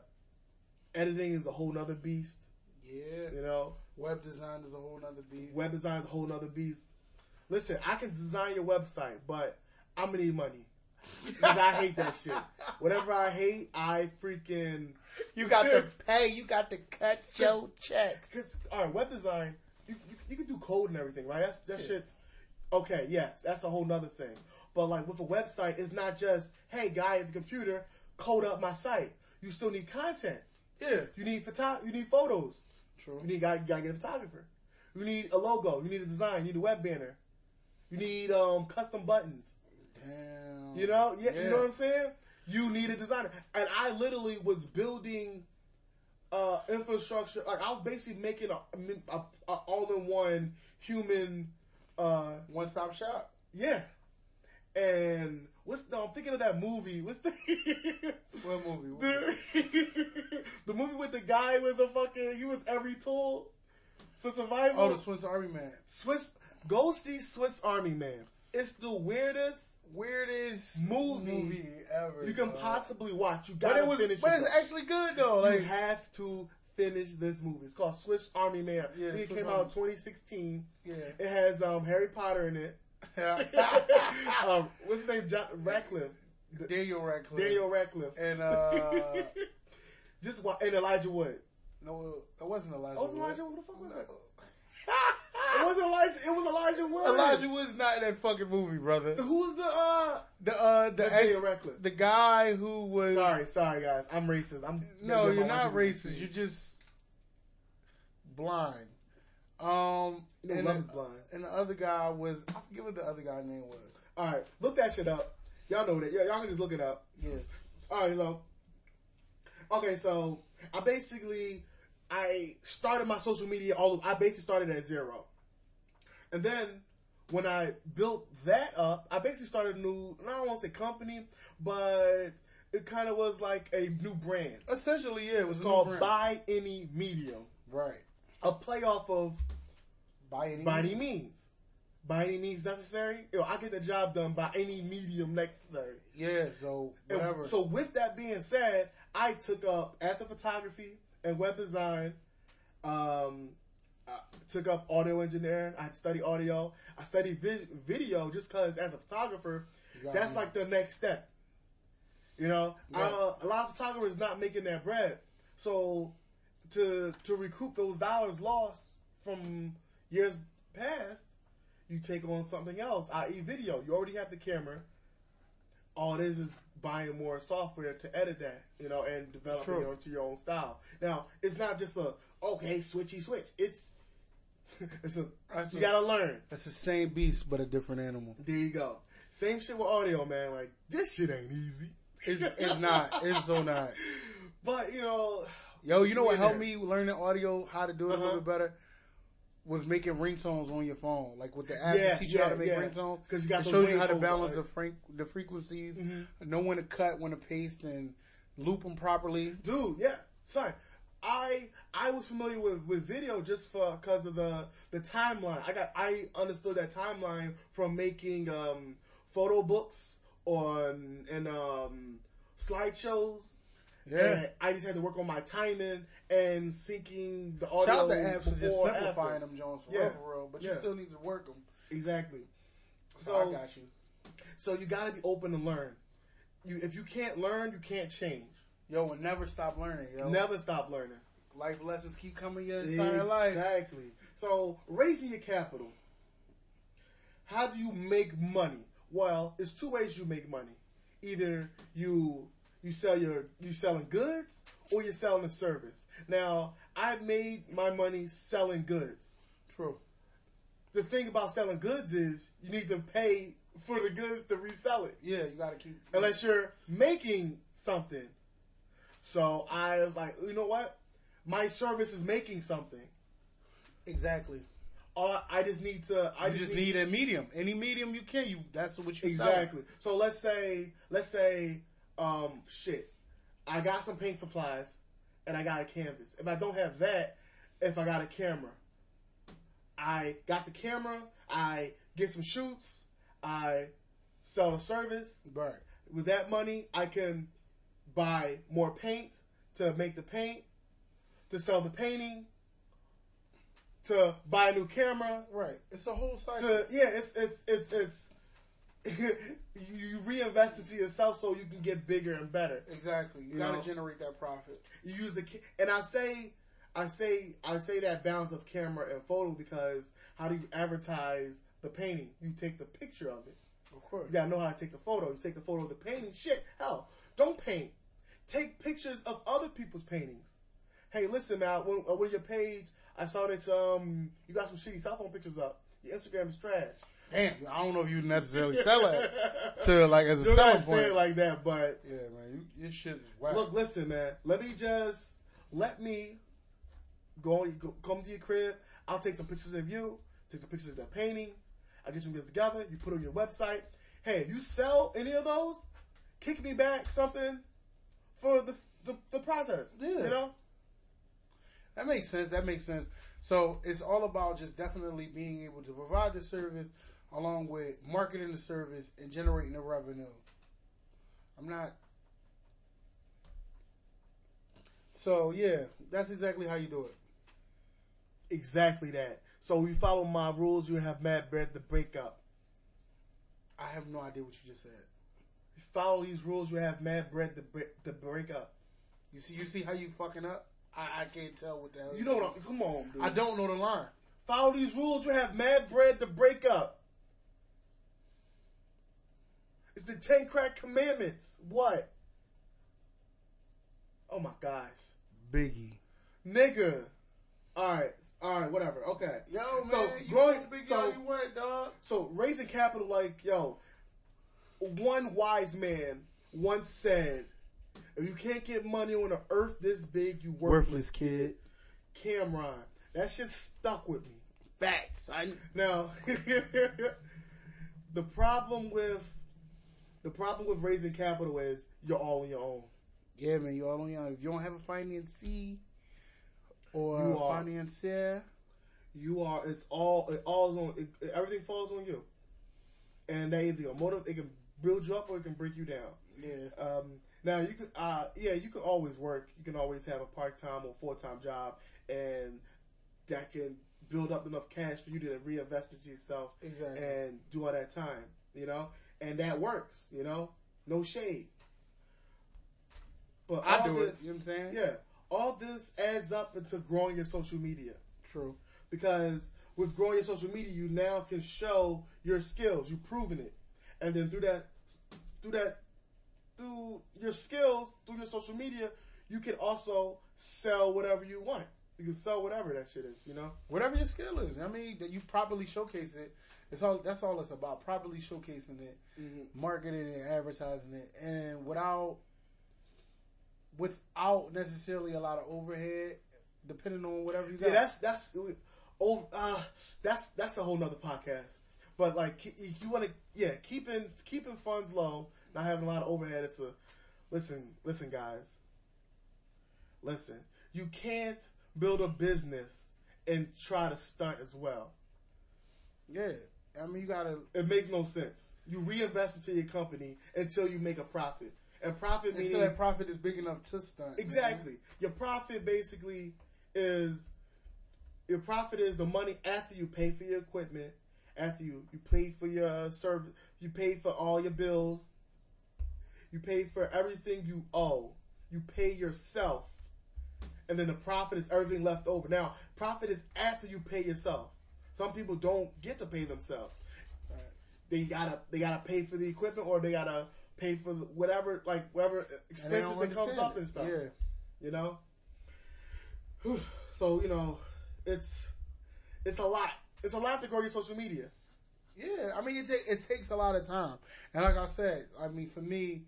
Speaker 5: editing is a whole nother beast.
Speaker 6: yeah.
Speaker 5: You know,
Speaker 6: Web design is a whole nother beat.
Speaker 5: web design is a whole nother beast. Listen, I can design your website, but I'm gonna need money. Cause I hate that shit. Whatever I hate, I freaking
Speaker 6: You got to pay. You got to cut your checks.
Speaker 5: Cause all right, web design, you, you, you can do code and everything, right? That's that shit's okay. Yes, that's a whole nother thing. But like with a website, it's not just hey guy at the computer code up my site. You still need content.
Speaker 6: Yeah,
Speaker 5: You need photo. You need photos.
Speaker 6: true.
Speaker 5: You need gotta, gotta get a photographer. You need a logo. You need a design. You need a web banner. You need um, custom buttons.
Speaker 6: Damn.
Speaker 5: You know, yeah,
Speaker 6: Yeah.
Speaker 5: you know what I'm saying. You need a designer, and I literally was building uh, infrastructure. Like I was basically making a, a, a all-in-one human. Uh,
Speaker 6: One stop shop.
Speaker 5: yeah, and what's no? I'm thinking of that movie. What's the
Speaker 6: What movie? What movie?
Speaker 5: the, the movie with the guy who was a fucking he was every tool for survival.
Speaker 6: Oh, the Swiss Army Man.
Speaker 5: Swiss. Go see Swiss Army Man. It's the weirdest
Speaker 6: Weirdest
Speaker 5: Movie
Speaker 6: movie ever.
Speaker 5: you can
Speaker 6: bro.
Speaker 5: possibly watch. You
Speaker 6: But
Speaker 5: gotta
Speaker 6: it was,
Speaker 5: finish
Speaker 6: but
Speaker 5: it.
Speaker 6: it's
Speaker 5: though.
Speaker 6: actually good though. Like
Speaker 5: you have to finish this movie. It's called Swiss Army Man.
Speaker 6: Yeah,
Speaker 5: it
Speaker 6: Swiss
Speaker 5: came
Speaker 6: Army.
Speaker 5: out in 2016.
Speaker 6: Yeah.
Speaker 5: It has um, Harry Potter in it. um, what's his name? John Radcliffe.
Speaker 6: Daniel Radcliffe.
Speaker 5: Daniel Radcliffe.
Speaker 6: and uh,
Speaker 5: Just wa- and Elijah Wood.
Speaker 6: no, it wasn't Elijah.
Speaker 5: Oh, it was
Speaker 6: Wood.
Speaker 5: Elijah Wood? Who the fuck was that?
Speaker 6: No.
Speaker 5: It was Elijah. It was Elijah Wood.
Speaker 6: Elijah Wood's not in that fucking movie, brother.
Speaker 5: Who was the uh?
Speaker 6: The uh, the
Speaker 5: That's
Speaker 6: ex-
Speaker 5: Daniel Radcliffe.
Speaker 6: the guy who was
Speaker 5: Sorry, sorry guys. I'm racist. I'm
Speaker 6: No,
Speaker 5: I'm
Speaker 6: you're not
Speaker 5: white people.
Speaker 6: racist. You're just blind. Um,
Speaker 5: No,
Speaker 6: and,
Speaker 5: love is
Speaker 6: the,
Speaker 5: blind.
Speaker 6: and the other guy was I forget what the other guy's name was.
Speaker 5: All right, look that shit up. Y'all know that. Yeah, y'all can just look it up.
Speaker 6: Yes.
Speaker 5: All right, so okay, so I basically I started my social media all. Of, I basically started at zero, and then when I built that up, I basically started a new. I don't want to say company, but it kind of was like a new brand.
Speaker 6: Essentially, yeah, it was
Speaker 5: It's
Speaker 6: a new
Speaker 5: called
Speaker 6: brand.
Speaker 5: By Any Medium,
Speaker 6: Right.
Speaker 5: a playoff of
Speaker 6: By any
Speaker 5: By Any
Speaker 6: means.
Speaker 5: Means. By any means necessary, yo, I get the job done by any medium necessary.
Speaker 6: Yeah. So
Speaker 5: And
Speaker 6: whatever.
Speaker 5: So with that being said, I took up at the photography and web design. Um, I took up audio engineering. I studied audio. I studied vi- video just because as a photographer,
Speaker 6: got
Speaker 5: that's
Speaker 6: me.
Speaker 5: like the next step. You know,
Speaker 6: Right.
Speaker 5: uh, a lot of photographers not making that bread, so to to recoup those dollars lost from years past, you take on something else, i.e., video. You already have the camera all it is is buying more software to edit that, you know, and developing
Speaker 6: True.
Speaker 5: it onto your own style. Now, it's not just a okay switchy switch. It's it's a
Speaker 6: That's
Speaker 5: you
Speaker 6: a-
Speaker 5: gotta learn.
Speaker 6: That's the same beast, but a different animal.
Speaker 5: There you go. Same shit with audio, man. Like this shit ain't easy.
Speaker 6: It's, it's not. It's so not.
Speaker 5: But you know,
Speaker 6: Yo, you know what
Speaker 5: Yeah.
Speaker 6: helped me learn the audio, how to do it a
Speaker 5: Uh-huh.
Speaker 6: little bit better? Was making ringtones on your phone, like with the app
Speaker 5: Yeah,
Speaker 6: that teach you how to
Speaker 5: yeah,
Speaker 6: make
Speaker 5: yeah.
Speaker 6: ringtones.
Speaker 5: 'Cause you got
Speaker 6: it
Speaker 5: those
Speaker 6: shows you how to
Speaker 5: waveforms,
Speaker 6: balance
Speaker 5: like- Mm-hmm.
Speaker 6: the frank, the frequencies, know when to cut, when to paste, and loop them properly.
Speaker 5: dude, yeah. Sorry, I I was familiar with with video just for because of the the timeline. I got I understood that timeline from making um photo books on and um slideshows.
Speaker 6: Yeah,
Speaker 5: And I just had to work on my timing and syncing the audio.
Speaker 6: shout out the apps for just
Speaker 5: before,
Speaker 6: simplifying
Speaker 5: after.
Speaker 6: them, Jones, for
Speaker 5: Yeah.
Speaker 6: real, for real. But you
Speaker 5: Yeah.
Speaker 6: still need to work them.
Speaker 5: Exactly.
Speaker 6: So,
Speaker 5: So
Speaker 6: I got you.
Speaker 5: so you got to be open to learn. You if you can't learn, you can't change.
Speaker 6: Yo, and never stop learning. Yo,
Speaker 5: Never stop learning.
Speaker 6: life lessons keep coming your entire life.
Speaker 5: Exactly. So raising your capital. How do you make money? Well, it's two ways you make money. Either you you sell your you selling goods or you're selling a service. Now, I made my money selling goods.
Speaker 6: True.
Speaker 5: the thing about selling goods is you need to pay for the goods to resell it
Speaker 6: Yeah, you got to keep.
Speaker 5: unless you're making something. So I was like, you know what? My service is making something.
Speaker 6: exactly.
Speaker 5: All I just need to. I
Speaker 6: You just need a medium. Any medium you can. You that's what you
Speaker 5: exactly. So let's say, let's say, um, shit. I got some paint supplies, and I got a canvas. If I don't have that, if I got a camera, I got the camera. I get some shoots. I sell a service.
Speaker 6: sell. Right.
Speaker 5: with that money I can buy more paint to make the paint, to sell the painting, to buy a new camera.
Speaker 6: Right. It's a whole cycle.
Speaker 5: To yeah, it's it's it's it's you reinvest into yourself so you can get bigger and better.
Speaker 6: exactly. You,
Speaker 5: You
Speaker 6: gotta
Speaker 5: know.
Speaker 6: generate that profit.
Speaker 5: You use the ca- and I say I say I say that balance of camera and photo because how do you advertise the painting? You take the picture of it.
Speaker 6: Of course.
Speaker 5: You gotta know how to take the photo. You take the photo of the painting. Shit, hell, don't paint. Take pictures of other people's paintings. Hey, listen, man. When, uh, when your page, I saw that um you got some shitty cell phone pictures up. Your Instagram is trash.
Speaker 6: Damn, I don't know if you necessarily sell it to like as a
Speaker 5: Don't
Speaker 6: selling
Speaker 5: not say
Speaker 6: point.
Speaker 5: it like that, but
Speaker 6: yeah, man, you, your shit is whack.
Speaker 5: look, listen, man. Let me just let me go, go come to your crib. I'll take some pictures of you. Take some pictures of that painting. I'll get some things together. You put it on your website. Hey, if you sell any of those, kick me back something for the the, the process.
Speaker 6: Yeah.
Speaker 5: You know.
Speaker 6: That makes sense. That makes sense. So it's all about just definitely being able to provide the service along with marketing the service and generating the revenue. I'm not. So yeah, that's exactly how you do it.
Speaker 5: Exactly that. So you follow my rules, you have Mad Bread the breakup.
Speaker 6: I have no idea what you just said.
Speaker 5: You follow these rules, you have Mad Bread the break the breakup.
Speaker 6: You see, you see how you fucking up. I, I can't tell what the hell
Speaker 5: You know what? I'm, come on, dude.
Speaker 6: I don't know the line.
Speaker 5: follow these rules, you have Mad Bread the breakup. It's the Ten Crack Commandments. What? Oh my gosh,
Speaker 6: Biggie.
Speaker 5: nigga. All right, all right, whatever. Okay.
Speaker 6: Yo man,
Speaker 5: So,
Speaker 6: you
Speaker 5: growing-
Speaker 6: know Biggie
Speaker 5: so-
Speaker 6: all you want, dog.
Speaker 5: So raising capital, like yo, one wise man once said, "If you can't get money on an earth this big, you worthless."
Speaker 6: Worthless kid.
Speaker 5: Cameron, that shit stuck with me.
Speaker 6: Facts. I
Speaker 5: Now, the problem with the problem with raising capital is you're all on your own.
Speaker 6: Yeah, man, you all on your own. If you don't have a financee or
Speaker 5: You
Speaker 6: a
Speaker 5: are.
Speaker 6: financier,
Speaker 5: You are. It's all. It all is on. It, everything falls on you. And they either your motive. It can build you up or it can break you down.
Speaker 6: yeah,
Speaker 5: Um, now you can, uh, yeah, you can always work. You can always have a part time or full time job, and that can build up enough cash for you to reinvest into yourself
Speaker 6: Exactly.
Speaker 5: and do all that time. You know, and that works. You know, no shade. But
Speaker 6: I
Speaker 5: all
Speaker 6: do it.
Speaker 5: this-
Speaker 6: You know what I'm saying?
Speaker 5: Yeah, all this adds up into growing your social media
Speaker 6: True.
Speaker 5: because with growing your social media, you now can show your skills. You've proven it, and then through that, through that, through your skills, through your social media, you can also sell whatever you want. You can sell whatever that shit is. You know,
Speaker 6: Whatever your skill is, I mean, that you properly showcase it. It's all that's all it's about. Properly showcasing it, marketing it, advertising it, and without without necessarily a lot of overhead, depending on whatever you got.
Speaker 5: yeah, that's that's oh, uh, that's that's a whole nother podcast. But like, ke- you want to yeah, keeping keeping funds low, not having a lot of overhead. It's a listen, listen, guys. Listen, you can't build a business and try to stunt as well.
Speaker 6: yeah. I mean, you gotta
Speaker 5: It makes no sense. You reinvest into your company until you make a profit, and profit means
Speaker 6: until that profit is big enough to stunt. man.
Speaker 5: Exactly. Your profit basically is your profit is the money after you pay for your equipment, after you you pay for your uh, service, you pay for all your bills, you pay for everything you owe, you pay yourself, and then the profit is everything left over. Now, profit is after you pay yourself. Some people don't get to pay themselves. They gotta they gotta pay for the equipment or they gotta pay for the- whatever like whatever
Speaker 6: And they
Speaker 5: expenses
Speaker 6: don't
Speaker 5: that comes
Speaker 6: understand
Speaker 5: up
Speaker 6: it.
Speaker 5: and stuff
Speaker 6: Yeah.
Speaker 5: you know. Whew. So you know, it's it's a lot. It's a lot to grow your social media.
Speaker 6: Yeah, I mean, it, take, it takes a lot of time. And like I said, I mean, for me,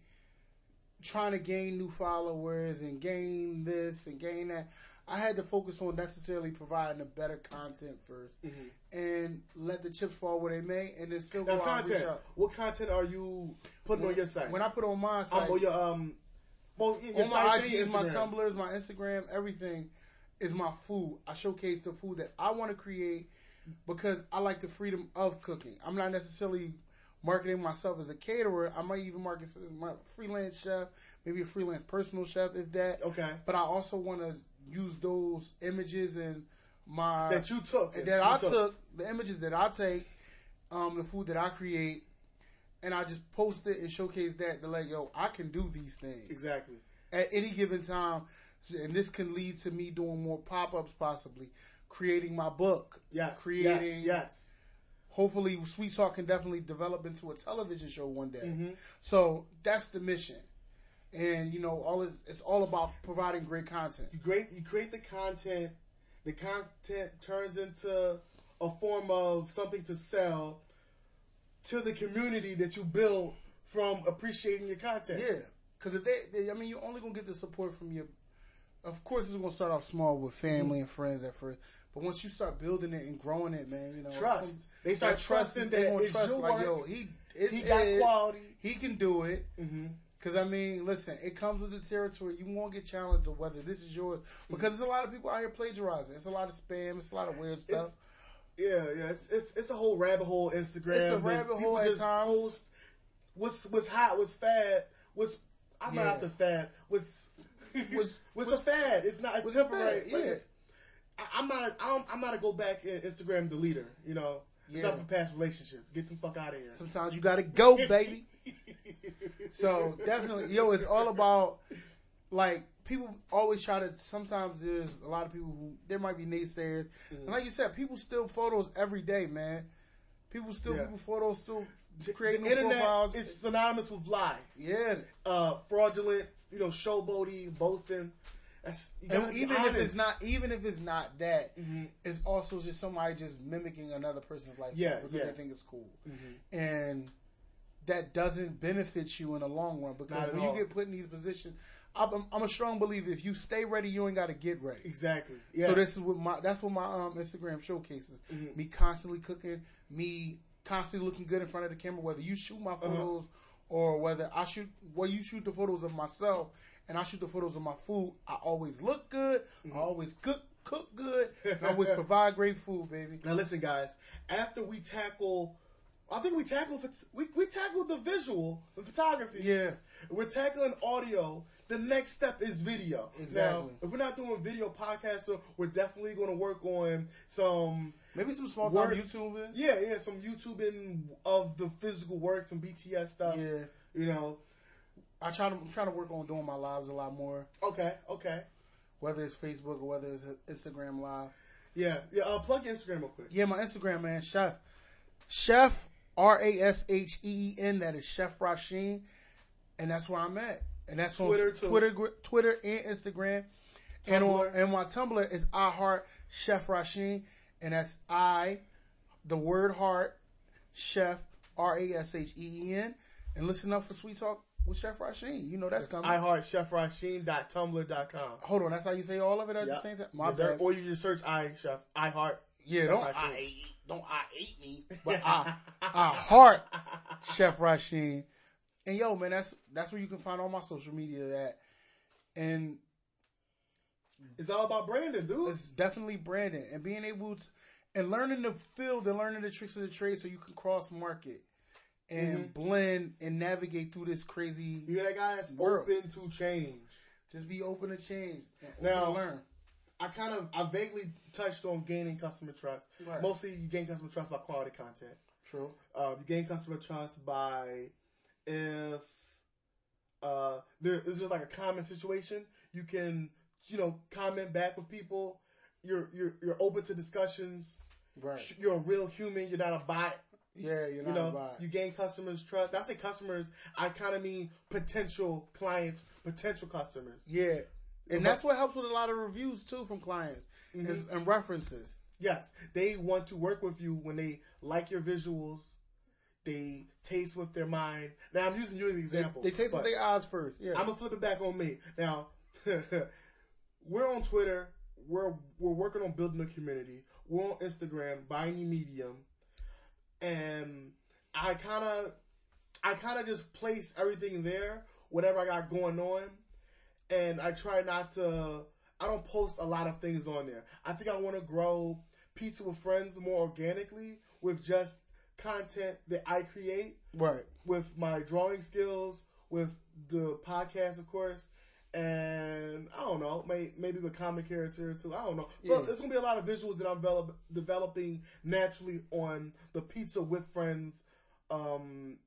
Speaker 6: trying to gain new followers and gain this and gain that, I had to focus on necessarily providing the better content 1st and let the chips fall where they may, and then still go
Speaker 5: Mm-hmm. Now,
Speaker 6: out and reach
Speaker 5: content.
Speaker 6: out.
Speaker 5: What content are you putting on your site?
Speaker 6: When I put on my
Speaker 5: um,
Speaker 6: site,
Speaker 5: or your um, well, your
Speaker 6: on my
Speaker 5: site and your
Speaker 6: IGs, my
Speaker 5: Instagram.
Speaker 6: Tumblrs, my Instagram, everything is my food. I showcase the food that I want to create because I like the freedom of cooking. I'm not necessarily marketing myself as a caterer. I might even market as my freelance chef, maybe a freelance personal chef, if that.
Speaker 5: Okay.
Speaker 6: But I also want to use those images and my
Speaker 5: that you took
Speaker 6: that
Speaker 5: You
Speaker 6: I took, the images that I take, um, the food that I create, and I just post it and showcase that to let yo, I can do these things
Speaker 5: exactly.
Speaker 6: at any given time, and this can lead to me doing more pop ups, possibly creating my book.
Speaker 5: Yes,
Speaker 6: creating.
Speaker 5: Yes, yes.
Speaker 6: Hopefully, Sweet Talk can definitely develop into a television show one day.
Speaker 5: Mm-hmm.
Speaker 6: So that's the mission, and you know, all is it's all about providing great content.
Speaker 5: You great. You create the content. The content turns into a form of something to sell, to the community that you build from appreciating your content.
Speaker 6: Yeah, because if they, they, I mean, you're only gonna get the support from your. Of course, it's gonna start off small with family and friends at first, but once you start building it and growing it, man, you know,
Speaker 5: Trust.
Speaker 6: um,
Speaker 5: They start
Speaker 6: that
Speaker 5: trusting
Speaker 6: they
Speaker 5: that
Speaker 6: gonna
Speaker 5: it's your
Speaker 6: like,
Speaker 5: work.
Speaker 6: yo, he it's,
Speaker 5: He got
Speaker 6: his.
Speaker 5: quality.
Speaker 6: he can do it.
Speaker 5: hmm
Speaker 6: Because I mean, listen, it comes with the territory. You won't get challenged of whether this is yours because there's a lot of people out here plagiarizing. It's a lot of spam. It's a lot of weird stuff.
Speaker 5: It's, yeah, yeah. It's, it's it's a whole rabbit hole Instagram.
Speaker 6: It's a
Speaker 5: that
Speaker 6: rabbit hole
Speaker 5: people
Speaker 6: at
Speaker 5: just
Speaker 6: times.
Speaker 5: post what's what's hot, what's fad, what's I'm
Speaker 6: Yeah.
Speaker 5: not out to fad. What's
Speaker 6: What's-
Speaker 5: what's, what's a fad? It's not. It's
Speaker 6: what's a fad,
Speaker 5: temporary.
Speaker 6: yeah.
Speaker 5: Like, it's- I, I'm not. A, I'm, I'm not a go back in Instagram deleter. You know, it's
Speaker 6: Yeah.
Speaker 5: not for past relationships. Get the fuck out of here.
Speaker 6: Sometimes you gotta go, baby. so definitely, yo, it's all about like people always try to. Sometimes there's a lot of people who there might be naysayers, and like you said, people steal photos every day, man. People steal
Speaker 5: Yeah.
Speaker 6: people photos, still
Speaker 5: The
Speaker 6: creating new
Speaker 5: internet
Speaker 6: profiles.
Speaker 5: is synonymous with lie,
Speaker 6: yeah,
Speaker 5: uh, fraudulent. You know, showboating, boasting. That's you gotta
Speaker 6: and
Speaker 5: be
Speaker 6: even if it's
Speaker 5: honest. Mm-hmm.
Speaker 6: not, even if it's not that, it's also just somebody just mimicking another person's life
Speaker 5: Yeah,
Speaker 6: because
Speaker 5: yeah. Mm-hmm.
Speaker 6: they think it's cool, and that doesn't benefit you in the long run because
Speaker 5: Not at
Speaker 6: when
Speaker 5: all.
Speaker 6: you get put in these positions, I'm, I'm- I'm a strong believer if you stay ready, you ain't got to get ready.
Speaker 5: exactly. Yeah.
Speaker 6: So this is what my that's what my um, Instagram showcases
Speaker 5: Mm-hmm.
Speaker 6: me constantly cooking, me constantly looking good in front of the camera. Whether you shoot
Speaker 5: Uh-huh.
Speaker 6: my photos or whether I shoot, well, you shoot the photos of myself and I shoot the photos of my food. I always look good.
Speaker 5: Mm-hmm.
Speaker 6: I always cook cook good. And I always provide great food, baby.
Speaker 5: Now listen, guys. After we tackle, I think we tackled phot- we we tackled the visual, the photography.
Speaker 6: Yeah.
Speaker 5: we're tackling audio. The next step is video.
Speaker 6: Exactly.
Speaker 5: Now, if we're not doing video podcasts, so we're definitely going to work on some.
Speaker 6: Maybe some small time
Speaker 5: Work.
Speaker 6: YouTubing.
Speaker 5: Yeah, yeah, some YouTubing of the physical work, some BTS stuff.
Speaker 6: Yeah.
Speaker 5: You know.
Speaker 6: I try to I'm trying to work on doing my lives a lot more,
Speaker 5: Okay. Okay.
Speaker 6: whether it's Facebook or whether it's Instagram live.
Speaker 5: Yeah. Yeah. Uh, plug Instagram real quick.
Speaker 6: Yeah, my Instagram, man, Chef. Chef R A S H E E N. That is Chef Rasheen, and that's where I'm at. And that's
Speaker 5: Twitter,
Speaker 6: on
Speaker 5: too.
Speaker 6: Twitter, gr- Twitter and Instagram, and on
Speaker 5: Tumblr.
Speaker 6: and my Tumblr is I Heart Chef Rasheen, and that's I, the word heart, Chef R A S H E E N, and listen up for Sweet Talk with Chef Rasheen. You know that's coming.
Speaker 5: iHeartChefRasheen.tumblr.com.
Speaker 6: Hold on, that's how you say all of it at the same time. My
Speaker 5: Yes, sir.
Speaker 6: bad.
Speaker 5: Or you just search I Chef iHeart.
Speaker 6: Yeah,
Speaker 5: Chef
Speaker 6: don't
Speaker 5: Rasheen.
Speaker 6: I don't I hate me, but I I heart Chef Rasheen. And yo, man, that's that's where you can find all my social media at. And
Speaker 5: It's all about branding, dude.
Speaker 6: it's definitely branding and being able to and learning the field and learning the tricks of the trade so you can cross market and blend and navigate through this crazy
Speaker 5: You're that guy that's
Speaker 6: World.
Speaker 5: open to change.
Speaker 6: just be open to change and open
Speaker 5: Now-
Speaker 6: to learn.
Speaker 5: I kind of, I vaguely touched on gaining customer trust.
Speaker 6: Right.
Speaker 5: Mostly, you gain customer trust by quality content.
Speaker 6: True.
Speaker 5: Um, you gain customer trust by if uh, there is just like a common situation, you can, you know, comment back with people. You're you're you're open to discussions.
Speaker 6: Right.
Speaker 5: You're a real human. You're not a bot.
Speaker 6: Yeah, you're not
Speaker 5: You
Speaker 6: a
Speaker 5: know,
Speaker 6: bot.
Speaker 5: you gain customers' trust. I say customers. I kind of mean potential clients, potential customers.
Speaker 6: Yeah. And that's what helps with a lot of reviews too from clients is, and references.
Speaker 5: Yes, they want to work with you when they like your visuals. They taste with their mind. Now I'm using you as an example.
Speaker 6: They taste
Speaker 5: but
Speaker 6: with their eyes first. Yeah.
Speaker 5: I'm gonna flip it back on me now. we're on Twitter. We're we're working on building a community. We're on Instagram by any medium, and I kind of I kind of just place everything there, whatever I got going on, and I try not to. I don't post a lot of things on there. I think I want to grow pizza with friends more organically with just content that I create
Speaker 6: right.
Speaker 5: with my drawing skills, with the podcast, of course, and I don't know, may, maybe with comic character or two. I don't know, but
Speaker 6: Yeah.
Speaker 5: it's gonna be a lot of visuals that I'm develop, developing naturally on the Pizza with Friends, um,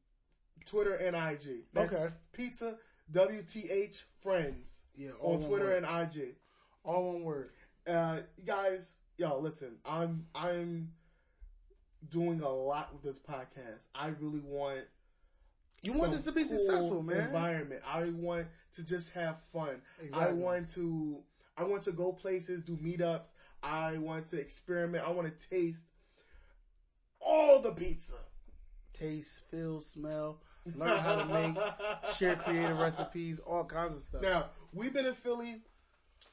Speaker 5: Twitter and IG.
Speaker 6: Okay.
Speaker 5: Pizza WTH Friends.
Speaker 6: Yeah, all
Speaker 5: on
Speaker 6: one
Speaker 5: Twitter
Speaker 6: word.
Speaker 5: and IG
Speaker 6: All one word.
Speaker 5: uh, you guys, yo, listen, I'm I'm doing a lot with this podcast. I really want
Speaker 6: You want
Speaker 5: some
Speaker 6: this to be
Speaker 5: cool
Speaker 6: successful, man.
Speaker 5: Environment. I want to just have fun. I
Speaker 6: Exactly.
Speaker 5: want to I want to go places, do meetups. I want to experiment. I want to taste all the pizza.
Speaker 6: taste, feel, smell, learn how to make, share creative recipes, all kinds of stuff.
Speaker 5: Now we've been in Philly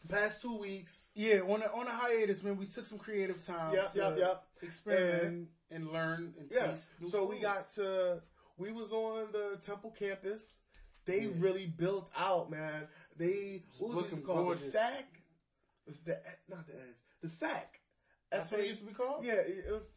Speaker 5: past two weeks.
Speaker 6: yeah, on a, on a hiatus, man, we took some creative time
Speaker 5: Yep,
Speaker 6: to
Speaker 5: yep, yep.
Speaker 6: experiment and,
Speaker 5: And-
Speaker 6: learn and
Speaker 5: Yeah.
Speaker 6: taste. new
Speaker 5: So we
Speaker 6: foods.
Speaker 5: got to we was on the Temple campus. They really built out, man. They what was
Speaker 6: looking
Speaker 5: it called? The
Speaker 6: gorgeous.
Speaker 5: sack? It's the not the edge. The sack.
Speaker 6: That's what it used to be called?
Speaker 5: Yeah, it, it was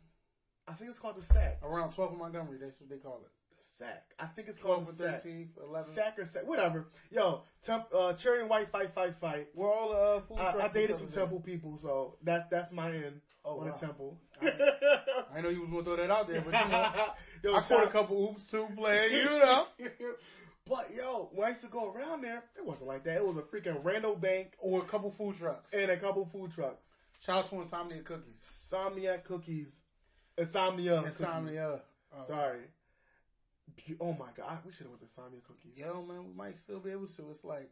Speaker 5: I think it's called the sack.
Speaker 6: around 12 in Montgomery. That's what they call it.
Speaker 5: Sack. I think it's
Speaker 6: 12
Speaker 5: called
Speaker 6: or
Speaker 5: the sack.
Speaker 6: 13, 11.
Speaker 5: Sack or sack, whatever. Yo, temp, uh, cherry and white fight, fight, fight.
Speaker 6: We're all uh, food trucks.
Speaker 5: I, I
Speaker 6: and
Speaker 5: dated
Speaker 6: stuff
Speaker 5: some
Speaker 6: like that.
Speaker 5: temple people, so that that's my end
Speaker 6: Oh,
Speaker 5: on
Speaker 6: wow.
Speaker 5: a temple.
Speaker 6: I know you was gonna throw that out there, but you know,
Speaker 5: Yo,
Speaker 6: I
Speaker 5: shout-
Speaker 6: caught a couple oops too playing. You know,
Speaker 5: but yo, when I used to go around there, it wasn't like that. It was a freaking rando bank
Speaker 6: or a couple food trucks.
Speaker 5: and a couple food trucks.
Speaker 6: Shout out to Insomnia Cookies.
Speaker 5: Insomnia cookies. Insomnia. cookies.
Speaker 6: Insomnia. Uh,
Speaker 5: Sorry. Bu- Oh my god, we should have went to Insomnia cookies.
Speaker 6: Uh, Yo, man, we might still be able to. It's like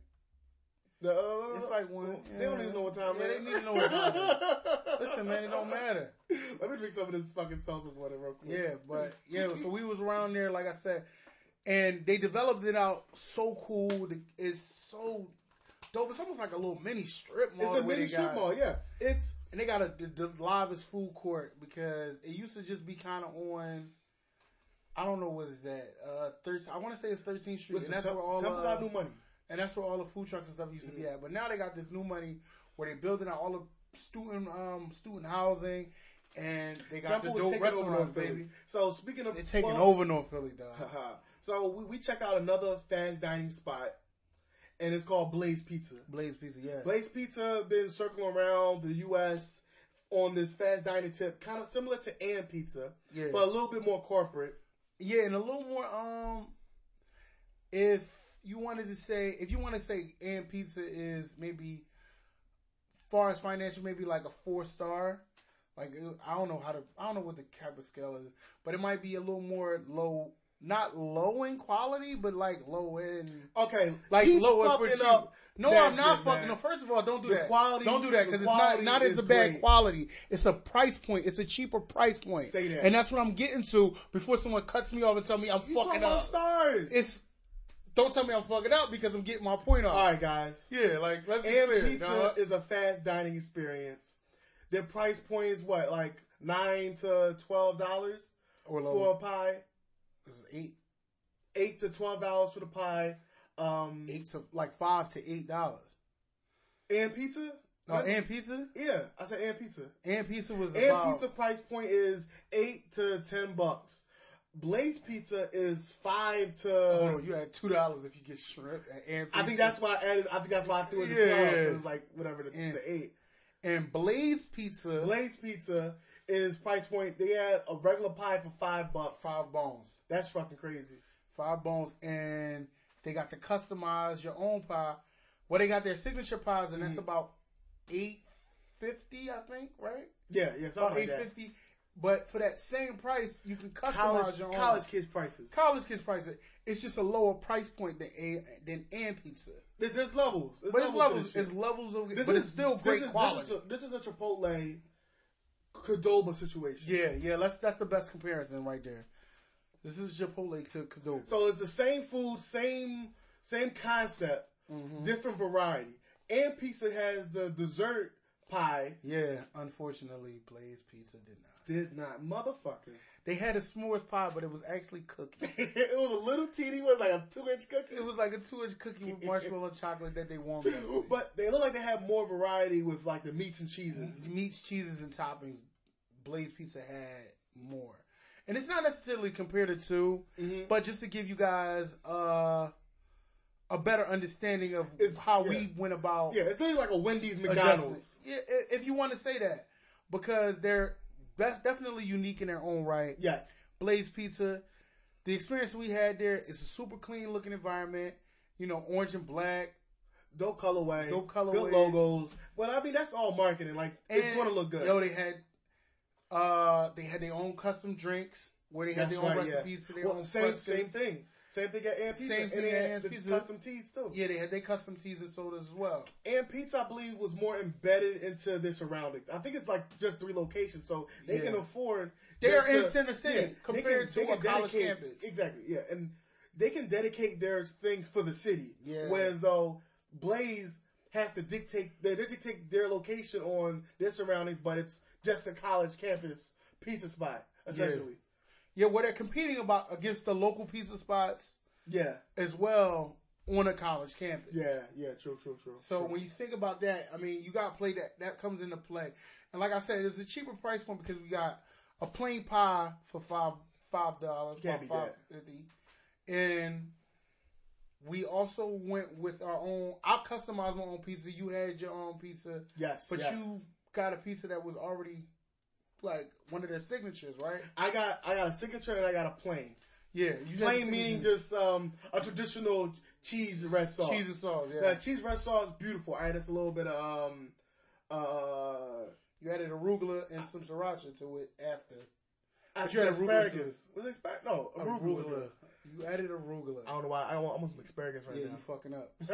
Speaker 5: The, uh,
Speaker 6: it's like one.
Speaker 5: They don't even know what time
Speaker 6: Yeah,
Speaker 5: it
Speaker 6: they
Speaker 5: is.
Speaker 6: need to know what time. it is. Listen, man, it don't matter.
Speaker 5: Let me drink some of this fucking salsa water real quick.
Speaker 6: Yeah, but yeah, so we was around there, like I said, and they developed it out so cool. The- It's so dope. It's almost like a little mini strip mall.
Speaker 5: It's a
Speaker 6: the way
Speaker 5: mini
Speaker 6: they got
Speaker 5: strip
Speaker 6: it.
Speaker 5: mall, yeah. It's
Speaker 6: and they got a the, the livest food court because it used to just be kind of on. I don't know what is that. Uh, thir I want to say it's 13th Street,
Speaker 5: listen,
Speaker 6: and that's
Speaker 5: Tem-
Speaker 6: where all
Speaker 5: Temple
Speaker 6: uh,
Speaker 5: got new money.
Speaker 6: and that's where all the food trucks and stuff used to
Speaker 5: Mm.
Speaker 6: be at. But now they got this new money where they building out all the student um student housing, and they got
Speaker 5: Temple
Speaker 6: the
Speaker 5: is
Speaker 6: dope
Speaker 5: taking over
Speaker 6: restaurants,
Speaker 5: North Philly.
Speaker 6: baby.
Speaker 5: So speaking of
Speaker 6: They're taking
Speaker 5: well, Uh-huh.
Speaker 6: over North Philly, dog.
Speaker 5: Haha. so we, we checked out another fast dining spot, and it's called Blaze Pizza.
Speaker 6: Blaze Pizza, yeah.
Speaker 5: Blaze Pizza been circling around the U.S. on this fast dining tip, kind of similar to Ann Pizza,
Speaker 6: Yeah.
Speaker 5: but a little bit more corporate.
Speaker 6: Yeah, and a little more. Um, if you wanted to say, if you want to say, and pizza is maybe, far as financial, maybe like a four star. Like it- I don't know how to, I don't know what the Kappa scale is, but it might be a little more low, not low in quality, but like low in.
Speaker 5: Okay,
Speaker 6: Like
Speaker 5: he's
Speaker 6: low as for
Speaker 5: fucking
Speaker 6: cheap.
Speaker 5: up
Speaker 6: No,
Speaker 5: that
Speaker 6: I'm not
Speaker 5: shit,
Speaker 6: fucking
Speaker 5: man.
Speaker 6: up. First of all, don't do
Speaker 5: The
Speaker 6: that.
Speaker 5: quality-
Speaker 6: don't do that because it's
Speaker 5: the
Speaker 6: not
Speaker 5: quality
Speaker 6: not as
Speaker 5: is
Speaker 6: a bad
Speaker 5: great.
Speaker 6: quality. It's a price point. It's a cheaper price point.
Speaker 5: Say that.
Speaker 6: And that's what I'm getting to before someone cuts me off and tell me I'm
Speaker 5: You talking
Speaker 6: fucking
Speaker 5: about
Speaker 6: up.
Speaker 5: stars?
Speaker 6: It's don't tell me I'm fucking up because I'm getting my point off.
Speaker 5: All right, guys.
Speaker 6: Yeah, like let's be
Speaker 5: And
Speaker 6: clear.
Speaker 5: pizza
Speaker 6: dog.
Speaker 5: is a fast dining experience. Their price point is what, like nine to twelve dollars
Speaker 6: or
Speaker 5: for a
Speaker 6: low.
Speaker 5: pie,
Speaker 6: This is eight,
Speaker 5: eight to twelve dollars for the pie. Um,
Speaker 6: eight to like five to eight dollars.
Speaker 5: and pizza.
Speaker 6: No, and pizza.
Speaker 5: yeah, I said and pizza.
Speaker 6: And pizza was
Speaker 5: And
Speaker 6: about
Speaker 5: pizza price point is eight to ten bucks. Blaze pizza is five to.
Speaker 6: Hold on, you had two dollars if you get shrimp and, and pizza.
Speaker 5: I think that's why I added. I think that's why I threw in the
Speaker 6: Yeah,
Speaker 5: twelve. 'cause
Speaker 6: yeah.
Speaker 5: It was like whatever the,
Speaker 6: Yeah.
Speaker 5: the eight.
Speaker 6: and Blaze Pizza.
Speaker 5: Blaze pizza is price point. They had a regular pie for five bucks.
Speaker 6: five bones,
Speaker 5: That's fucking crazy.
Speaker 6: five bones, and they got to customize your own pie. Well, they got their signature pies, and
Speaker 5: Mm-hmm.
Speaker 6: that's about eight fifty, I think, right?
Speaker 5: Yeah, yeah,
Speaker 6: About
Speaker 5: something
Speaker 6: eight
Speaker 5: like that.
Speaker 6: fifty. But for that same price, you can customize
Speaker 5: College,
Speaker 6: your own
Speaker 5: college kids prices.
Speaker 6: college kids price. it- It's just a lower price point than a, than and pizza,
Speaker 5: There- There's levels. There's
Speaker 6: but it's
Speaker 5: levels.
Speaker 6: levels.
Speaker 5: to this
Speaker 6: It's
Speaker 5: shit.
Speaker 6: levels of,
Speaker 5: This
Speaker 6: but
Speaker 5: is
Speaker 6: it's still great
Speaker 5: this is,
Speaker 6: quality.
Speaker 5: This is, a, this is a Chipotle Cordoba situation.
Speaker 6: yeah, yeah. That's that's the best comparison right there. This is Chipotle to Cadova.
Speaker 5: So it's the same food, same same concept,
Speaker 6: Mm-hmm.
Speaker 5: different variety. And pizza has the dessert pie.
Speaker 6: yeah, unfortunately, Blaze Pizza did not.
Speaker 5: Did not motherfucker.
Speaker 6: They had a s'mores pie, but it was actually cookies.
Speaker 5: it was a little teeny one, like a two inch cookie.
Speaker 6: It was like a two-inch cookie with marshmallow chocolate that they warmed up. But
Speaker 5: But they look like they had more variety with like the meats and cheeses.
Speaker 6: meats, cheeses, and toppings, Blaze Pizza had more. And it's not necessarily compared to 2
Speaker 5: Mm-hmm.
Speaker 6: but just to give you guys uh, a better understanding of
Speaker 5: It's-
Speaker 6: how
Speaker 5: yeah.
Speaker 6: we went about
Speaker 5: Yeah, it's literally like a Wendy's McDonald's.
Speaker 6: McDonald's. Yeah, i- if you want to say that, because they're that's definitely unique in their own right.
Speaker 5: Yes.
Speaker 6: Blaze Pizza. The experience we had there is a super clean looking environment. You know, orange and black.
Speaker 5: Dope colorway.
Speaker 6: Dope
Speaker 5: Good
Speaker 6: colorway.
Speaker 5: logos. But I mean, that's all marketing. Like, it's
Speaker 6: And,
Speaker 5: going to look good.
Speaker 6: Yo, they had uh they had their own custom drinks where they had
Speaker 5: That's
Speaker 6: their own
Speaker 5: right, yeah.
Speaker 6: recipes to their
Speaker 5: Well,
Speaker 6: own
Speaker 5: same,
Speaker 6: frescas.
Speaker 5: same thing. Same thing at Aunt Pizza.
Speaker 6: Same thing
Speaker 5: and they
Speaker 6: at
Speaker 5: had
Speaker 6: Aunt
Speaker 5: the
Speaker 6: Pizza.
Speaker 5: Custom teas too.
Speaker 6: Yeah, they had their custom teas and sodas as well.
Speaker 5: And Pizza, I believe, was more embedded into their surroundings. I think it's like just three locations, so they
Speaker 6: Yeah.
Speaker 5: can afford.
Speaker 6: They're
Speaker 5: just
Speaker 6: in
Speaker 5: to-
Speaker 6: Center City
Speaker 5: they
Speaker 6: compared to a college
Speaker 5: dedicate-
Speaker 6: campus.
Speaker 5: Exactly, yeah, and they can dedicate their thing for the city.
Speaker 6: Yeah.
Speaker 5: Whereas though Blaze has to dictate, they they dictate their location on their surroundings, but it's just a college campus pizza spot essentially.
Speaker 6: Yeah, where they're competing about against the local pizza spots
Speaker 5: Yeah,
Speaker 6: as well on a college campus.
Speaker 5: yeah, yeah. True, true, true.
Speaker 6: So
Speaker 5: true.
Speaker 6: when you think about that, I mean, you got to play that. That comes into play, and like I said, it's a cheaper price point because we got a plain pie for five five dollars, about
Speaker 5: Can't beat
Speaker 6: five
Speaker 5: that.
Speaker 6: fifty, and we also went with our own. I customized my own pizza. You had your own pizza,
Speaker 5: yes,
Speaker 6: but
Speaker 5: yes.
Speaker 6: you got a pizza that was already like one of their signatures, right?
Speaker 5: I got, I got a signature and I got a plain.
Speaker 6: Yeah, you had
Speaker 5: Plain
Speaker 6: the
Speaker 5: meaning
Speaker 6: signature.
Speaker 5: just um, a traditional cheese red sauce.
Speaker 6: cheese and sauce. Yeah,
Speaker 5: Now, cheese red sauce is beautiful. I had just a little bit of um, uh,
Speaker 6: you added arugula and some sriracha to it after
Speaker 5: I
Speaker 6: you had arugula
Speaker 5: asparagus. Was it asparagus? No, arugula.
Speaker 6: You added arugula.
Speaker 5: I don't know why. I want almost some asparagus right
Speaker 6: yeah,
Speaker 5: now.
Speaker 6: you fucking up.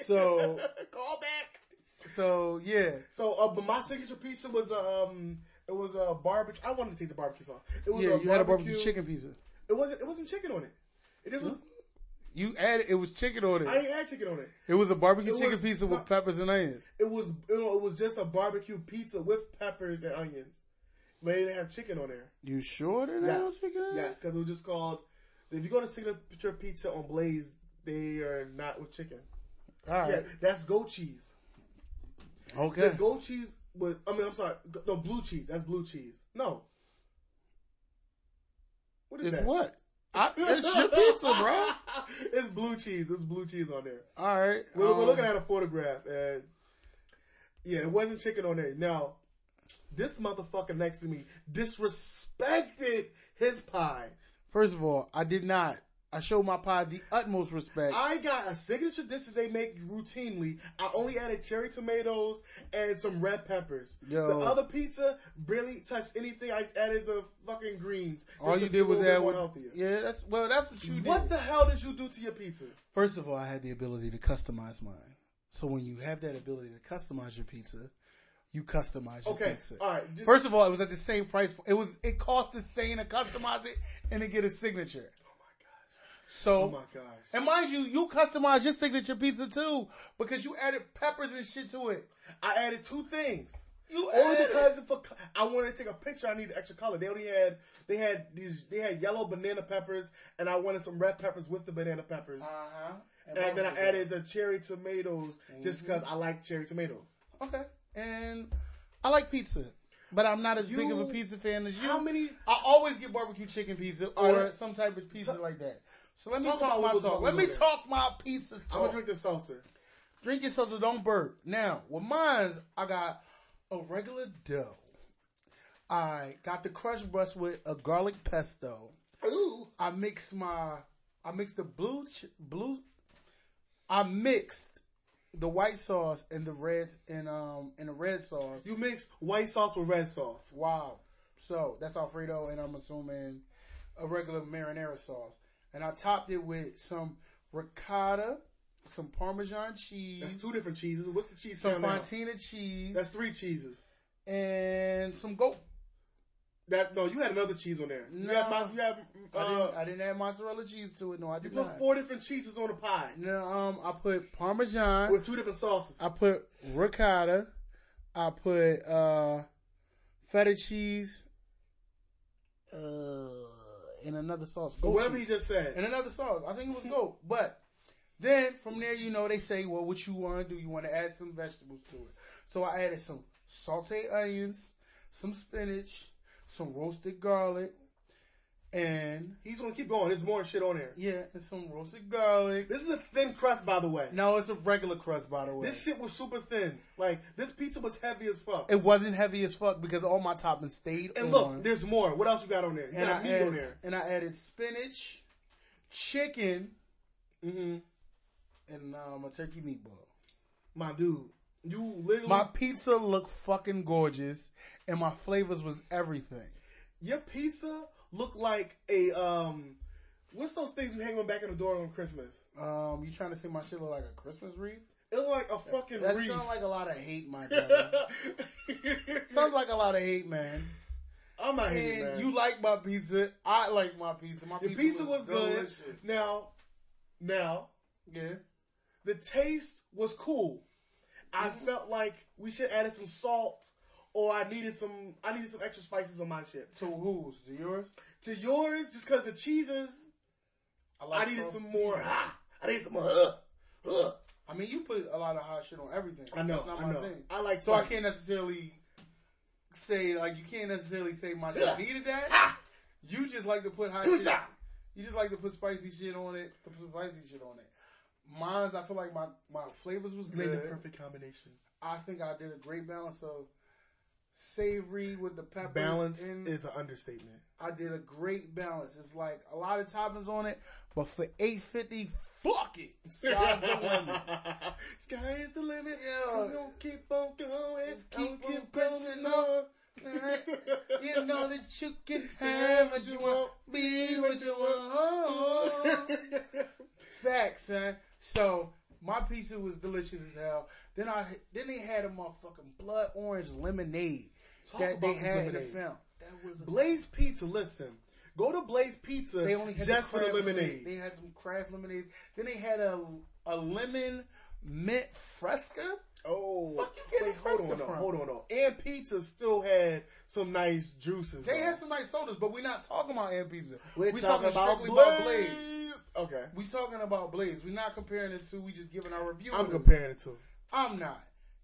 Speaker 6: So, so-
Speaker 5: call back.
Speaker 6: so yeah,
Speaker 5: So, uh, but my signature pizza was um, it was a barbecue. I wanted to take the barbecue sauce. It was
Speaker 6: yeah.
Speaker 5: a
Speaker 6: You had a barbecue chicken pizza.
Speaker 5: It wasn't. It wasn't chicken on it. It just was.
Speaker 6: You added it was chicken on
Speaker 5: I
Speaker 6: it.
Speaker 5: didn't add chicken on it.
Speaker 6: It was a barbecue
Speaker 5: It
Speaker 6: chicken
Speaker 5: was
Speaker 6: pizza with
Speaker 5: not-
Speaker 6: peppers and onions.
Speaker 5: It was. It, it was just a barbecue pizza with peppers and onions. But they didn't have chicken on there.
Speaker 6: You sure they didn't have
Speaker 5: Yes,
Speaker 6: chicken? In
Speaker 5: yes,
Speaker 6: it?
Speaker 5: because it was just called. If you go to Signature Pizza on Blaze, they are not with chicken.
Speaker 6: All right.
Speaker 5: Yeah, that's goat cheese.
Speaker 6: Okay.
Speaker 5: There's goat cheese with. I mean, I'm sorry, g- no blue cheese. That's blue cheese. No. What is
Speaker 6: It's
Speaker 5: that?
Speaker 6: what? I, it's your pizza, bro.
Speaker 5: it's blue cheese. It's blue cheese on there.
Speaker 6: All right.
Speaker 5: We're, we're
Speaker 6: um,
Speaker 5: looking at a photograph, and yeah, it wasn't chicken on there. Now, this motherfucker next to me disrespected his pie.
Speaker 6: First of all, I did not. I showed my pie the utmost respect.
Speaker 5: I got a signature dish that they make routinely. I only added cherry tomatoes and some red peppers.
Speaker 6: Yo.
Speaker 5: The other pizza barely touched anything. I just added the fucking greens. just
Speaker 6: all
Speaker 5: to
Speaker 6: you
Speaker 5: be
Speaker 6: did
Speaker 5: a
Speaker 6: was
Speaker 5: little bit
Speaker 6: add
Speaker 5: more
Speaker 6: what?
Speaker 5: healthier.
Speaker 6: Yeah, that's well, that's what you did.
Speaker 5: What the hell did you do to your pizza?
Speaker 6: First of all, I had the ability to customize mine. So when you have that ability to customize your pizza, you customize your
Speaker 5: Okay,
Speaker 6: pizza.
Speaker 5: all right, just-
Speaker 6: First of all, it was at the same price. po- It was it cost the same to customize it and to get a signature. So,
Speaker 5: Oh my gosh.
Speaker 6: and mind you, you customize your signature pizza too because you added peppers and shit to it.
Speaker 5: I added two things.
Speaker 6: You
Speaker 5: Only
Speaker 6: added-
Speaker 5: because if a, I wanted to take a picture, I needed extra color. They only had they had these they had yellow banana peppers, and I wanted some red peppers with the banana peppers.
Speaker 6: Uh huh.
Speaker 5: and then I added the cherry tomatoes just
Speaker 6: Mm-hmm.
Speaker 5: because I like cherry tomatoes.
Speaker 6: Okay. And I like pizza, but I'm not as big of a
Speaker 5: You-
Speaker 6: pizza fan as you.
Speaker 5: how many-
Speaker 6: I always get barbecue chicken pizza or
Speaker 5: Alright.
Speaker 6: some type of pizza like that. So let me
Speaker 5: Oh, Talk
Speaker 6: talk,
Speaker 5: about
Speaker 6: my
Speaker 5: what we're
Speaker 6: talk.
Speaker 5: talking
Speaker 6: Let me
Speaker 5: about.
Speaker 6: talk my pizza
Speaker 5: I'm gonna
Speaker 6: talk.
Speaker 5: drink the salsa.
Speaker 6: Drink yourself so don't burp. Now with mine's, I got a regular dough. I got the crunch brush with a garlic pesto.
Speaker 5: Ooh.
Speaker 6: I mix my I mix the blue ch- blue I mixed the white sauce and the red and um and the red sauce.
Speaker 5: You mix white sauce with red sauce.
Speaker 6: Wow. So that's Alfredo, and I'm assuming a regular marinara sauce. And I topped it with some ricotta, some Parmesan
Speaker 5: That's
Speaker 6: cheese,
Speaker 5: two different cheeses. What's the cheese
Speaker 6: some
Speaker 5: count now?
Speaker 6: Fontina cheese,
Speaker 5: That's three cheeses.
Speaker 6: and some goat.
Speaker 5: That no, you had another cheese on there. You had,
Speaker 6: No.
Speaker 5: mo- you had uh,
Speaker 6: I, didn't, I didn't add mozzarella cheese to it. No, I
Speaker 5: you
Speaker 6: did
Speaker 5: put
Speaker 6: not.
Speaker 5: four different cheeses on a pie
Speaker 6: No, um, I put Parmesan.
Speaker 5: with two different sauces.
Speaker 6: I put ricotta. I put uh, feta cheese. Uh, and another sauce. Goat
Speaker 5: Whatever
Speaker 6: cheese.
Speaker 5: he just
Speaker 6: and
Speaker 5: said.
Speaker 6: another song. I think it was goat. But then from there, you know, they say, well, what you want to do? You want to add some vegetables to it. So I added some sauteed onions, some spinach, some roasted garlic, and
Speaker 5: He's gonna keep going. There's more shit on there.
Speaker 6: yeah, and some roasted garlic.
Speaker 5: This is a thin crust, by the way.
Speaker 6: No, it's a regular crust, by the way.
Speaker 5: This shit was super thin. Like this pizza was heavy as fuck.
Speaker 6: it wasn't heavy as fuck because all my toppings stayed
Speaker 5: And
Speaker 6: on.
Speaker 5: look, there's more. What else you got on there? You
Speaker 6: and, I
Speaker 5: got meat on
Speaker 6: added,
Speaker 5: there.
Speaker 6: and I added spinach, chicken, mm-hmm, and um, a turkey meatball.
Speaker 5: My dude, you literally
Speaker 6: My pizza looked fucking gorgeous, and my flavors was everything.
Speaker 5: your pizza looked like a um What's those things you hang on back in the door on Christmas?
Speaker 6: Um, you trying to say my shit look like a Christmas wreath?
Speaker 5: It look like a fucking
Speaker 6: That
Speaker 5: wreath.
Speaker 6: sounds like a lot of hate, my brother. sounds like a lot of hate, man.
Speaker 5: I'm not hating,
Speaker 6: And
Speaker 5: man.
Speaker 6: you like my pizza. I like my pizza. My
Speaker 5: the
Speaker 6: pizza,
Speaker 5: pizza was good.
Speaker 6: delicious.
Speaker 5: Now, now
Speaker 6: Yeah.
Speaker 5: the taste was cool. I
Speaker 6: Mm-hmm.
Speaker 5: felt like we should added some salt, or I needed some. I needed some extra spices on my shit.
Speaker 6: To whose? To yours?
Speaker 5: To yours, just because the cheeses, I
Speaker 6: like
Speaker 5: needed
Speaker 6: some.
Speaker 5: some more. Ah, I needed some more. Uh, uh.
Speaker 6: I mean, you put a lot of hot shit on everything.
Speaker 5: I know.
Speaker 6: That's not
Speaker 5: I
Speaker 6: my
Speaker 5: know.
Speaker 6: thing.
Speaker 5: I like.
Speaker 6: So I
Speaker 5: spice.
Speaker 6: can't necessarily say like you can't necessarily say my shit
Speaker 5: Yeah.
Speaker 6: needed that.
Speaker 5: Ah,
Speaker 6: You just like to put hot
Speaker 5: Who's
Speaker 6: shit.
Speaker 5: that?
Speaker 6: You just like to put spicy shit on it. To put spicy shit on it. Mine's, I feel like my my flavors was
Speaker 5: you made
Speaker 6: good.
Speaker 5: the perfect combination.
Speaker 6: I think I did a great balance of savory with the pepper.
Speaker 5: Balance
Speaker 6: in.
Speaker 5: is an understatement.
Speaker 6: I did a great balance. It's like a lot of toppings on it, but for eight fifty, fuck it. Sky's the limit.
Speaker 5: Sky is the limit.
Speaker 6: Yeah.
Speaker 5: We gonna keep on going.
Speaker 6: Keep
Speaker 5: on
Speaker 6: on pushing on. You know that you can have what you want, be what you want. Facts, son. So my pizza was delicious as hell. Then I then they had a motherfucking blood orange lemonade
Speaker 5: Talk
Speaker 6: that they
Speaker 5: about
Speaker 6: had
Speaker 5: lemonade.
Speaker 6: in the film. That was a
Speaker 5: Blaze Pizza. Listen, go to Blaze Pizza.
Speaker 6: They only had
Speaker 5: just
Speaker 6: the
Speaker 5: for the
Speaker 6: craft
Speaker 5: lemonade.
Speaker 6: They had some craft lemonade. Then they had a a lemon mint fresca.
Speaker 5: Oh,
Speaker 6: Fuck you getting
Speaker 5: wait, hold on,
Speaker 6: Fresca
Speaker 5: though,
Speaker 6: from?
Speaker 5: hold on, though. And Pizza still had some nice juices.
Speaker 6: They
Speaker 5: though.
Speaker 6: had some nice sodas, but we're not talking about Aunt Pizza.
Speaker 5: We're
Speaker 6: we
Speaker 5: talking, about,
Speaker 6: strictly
Speaker 5: Blaze.
Speaker 6: about Blaze.
Speaker 5: Okay,
Speaker 6: We talking about Blaze. We're not comparing the two. We just giving our review.
Speaker 5: I'm
Speaker 6: of it.
Speaker 5: comparing it to.
Speaker 6: I'm not.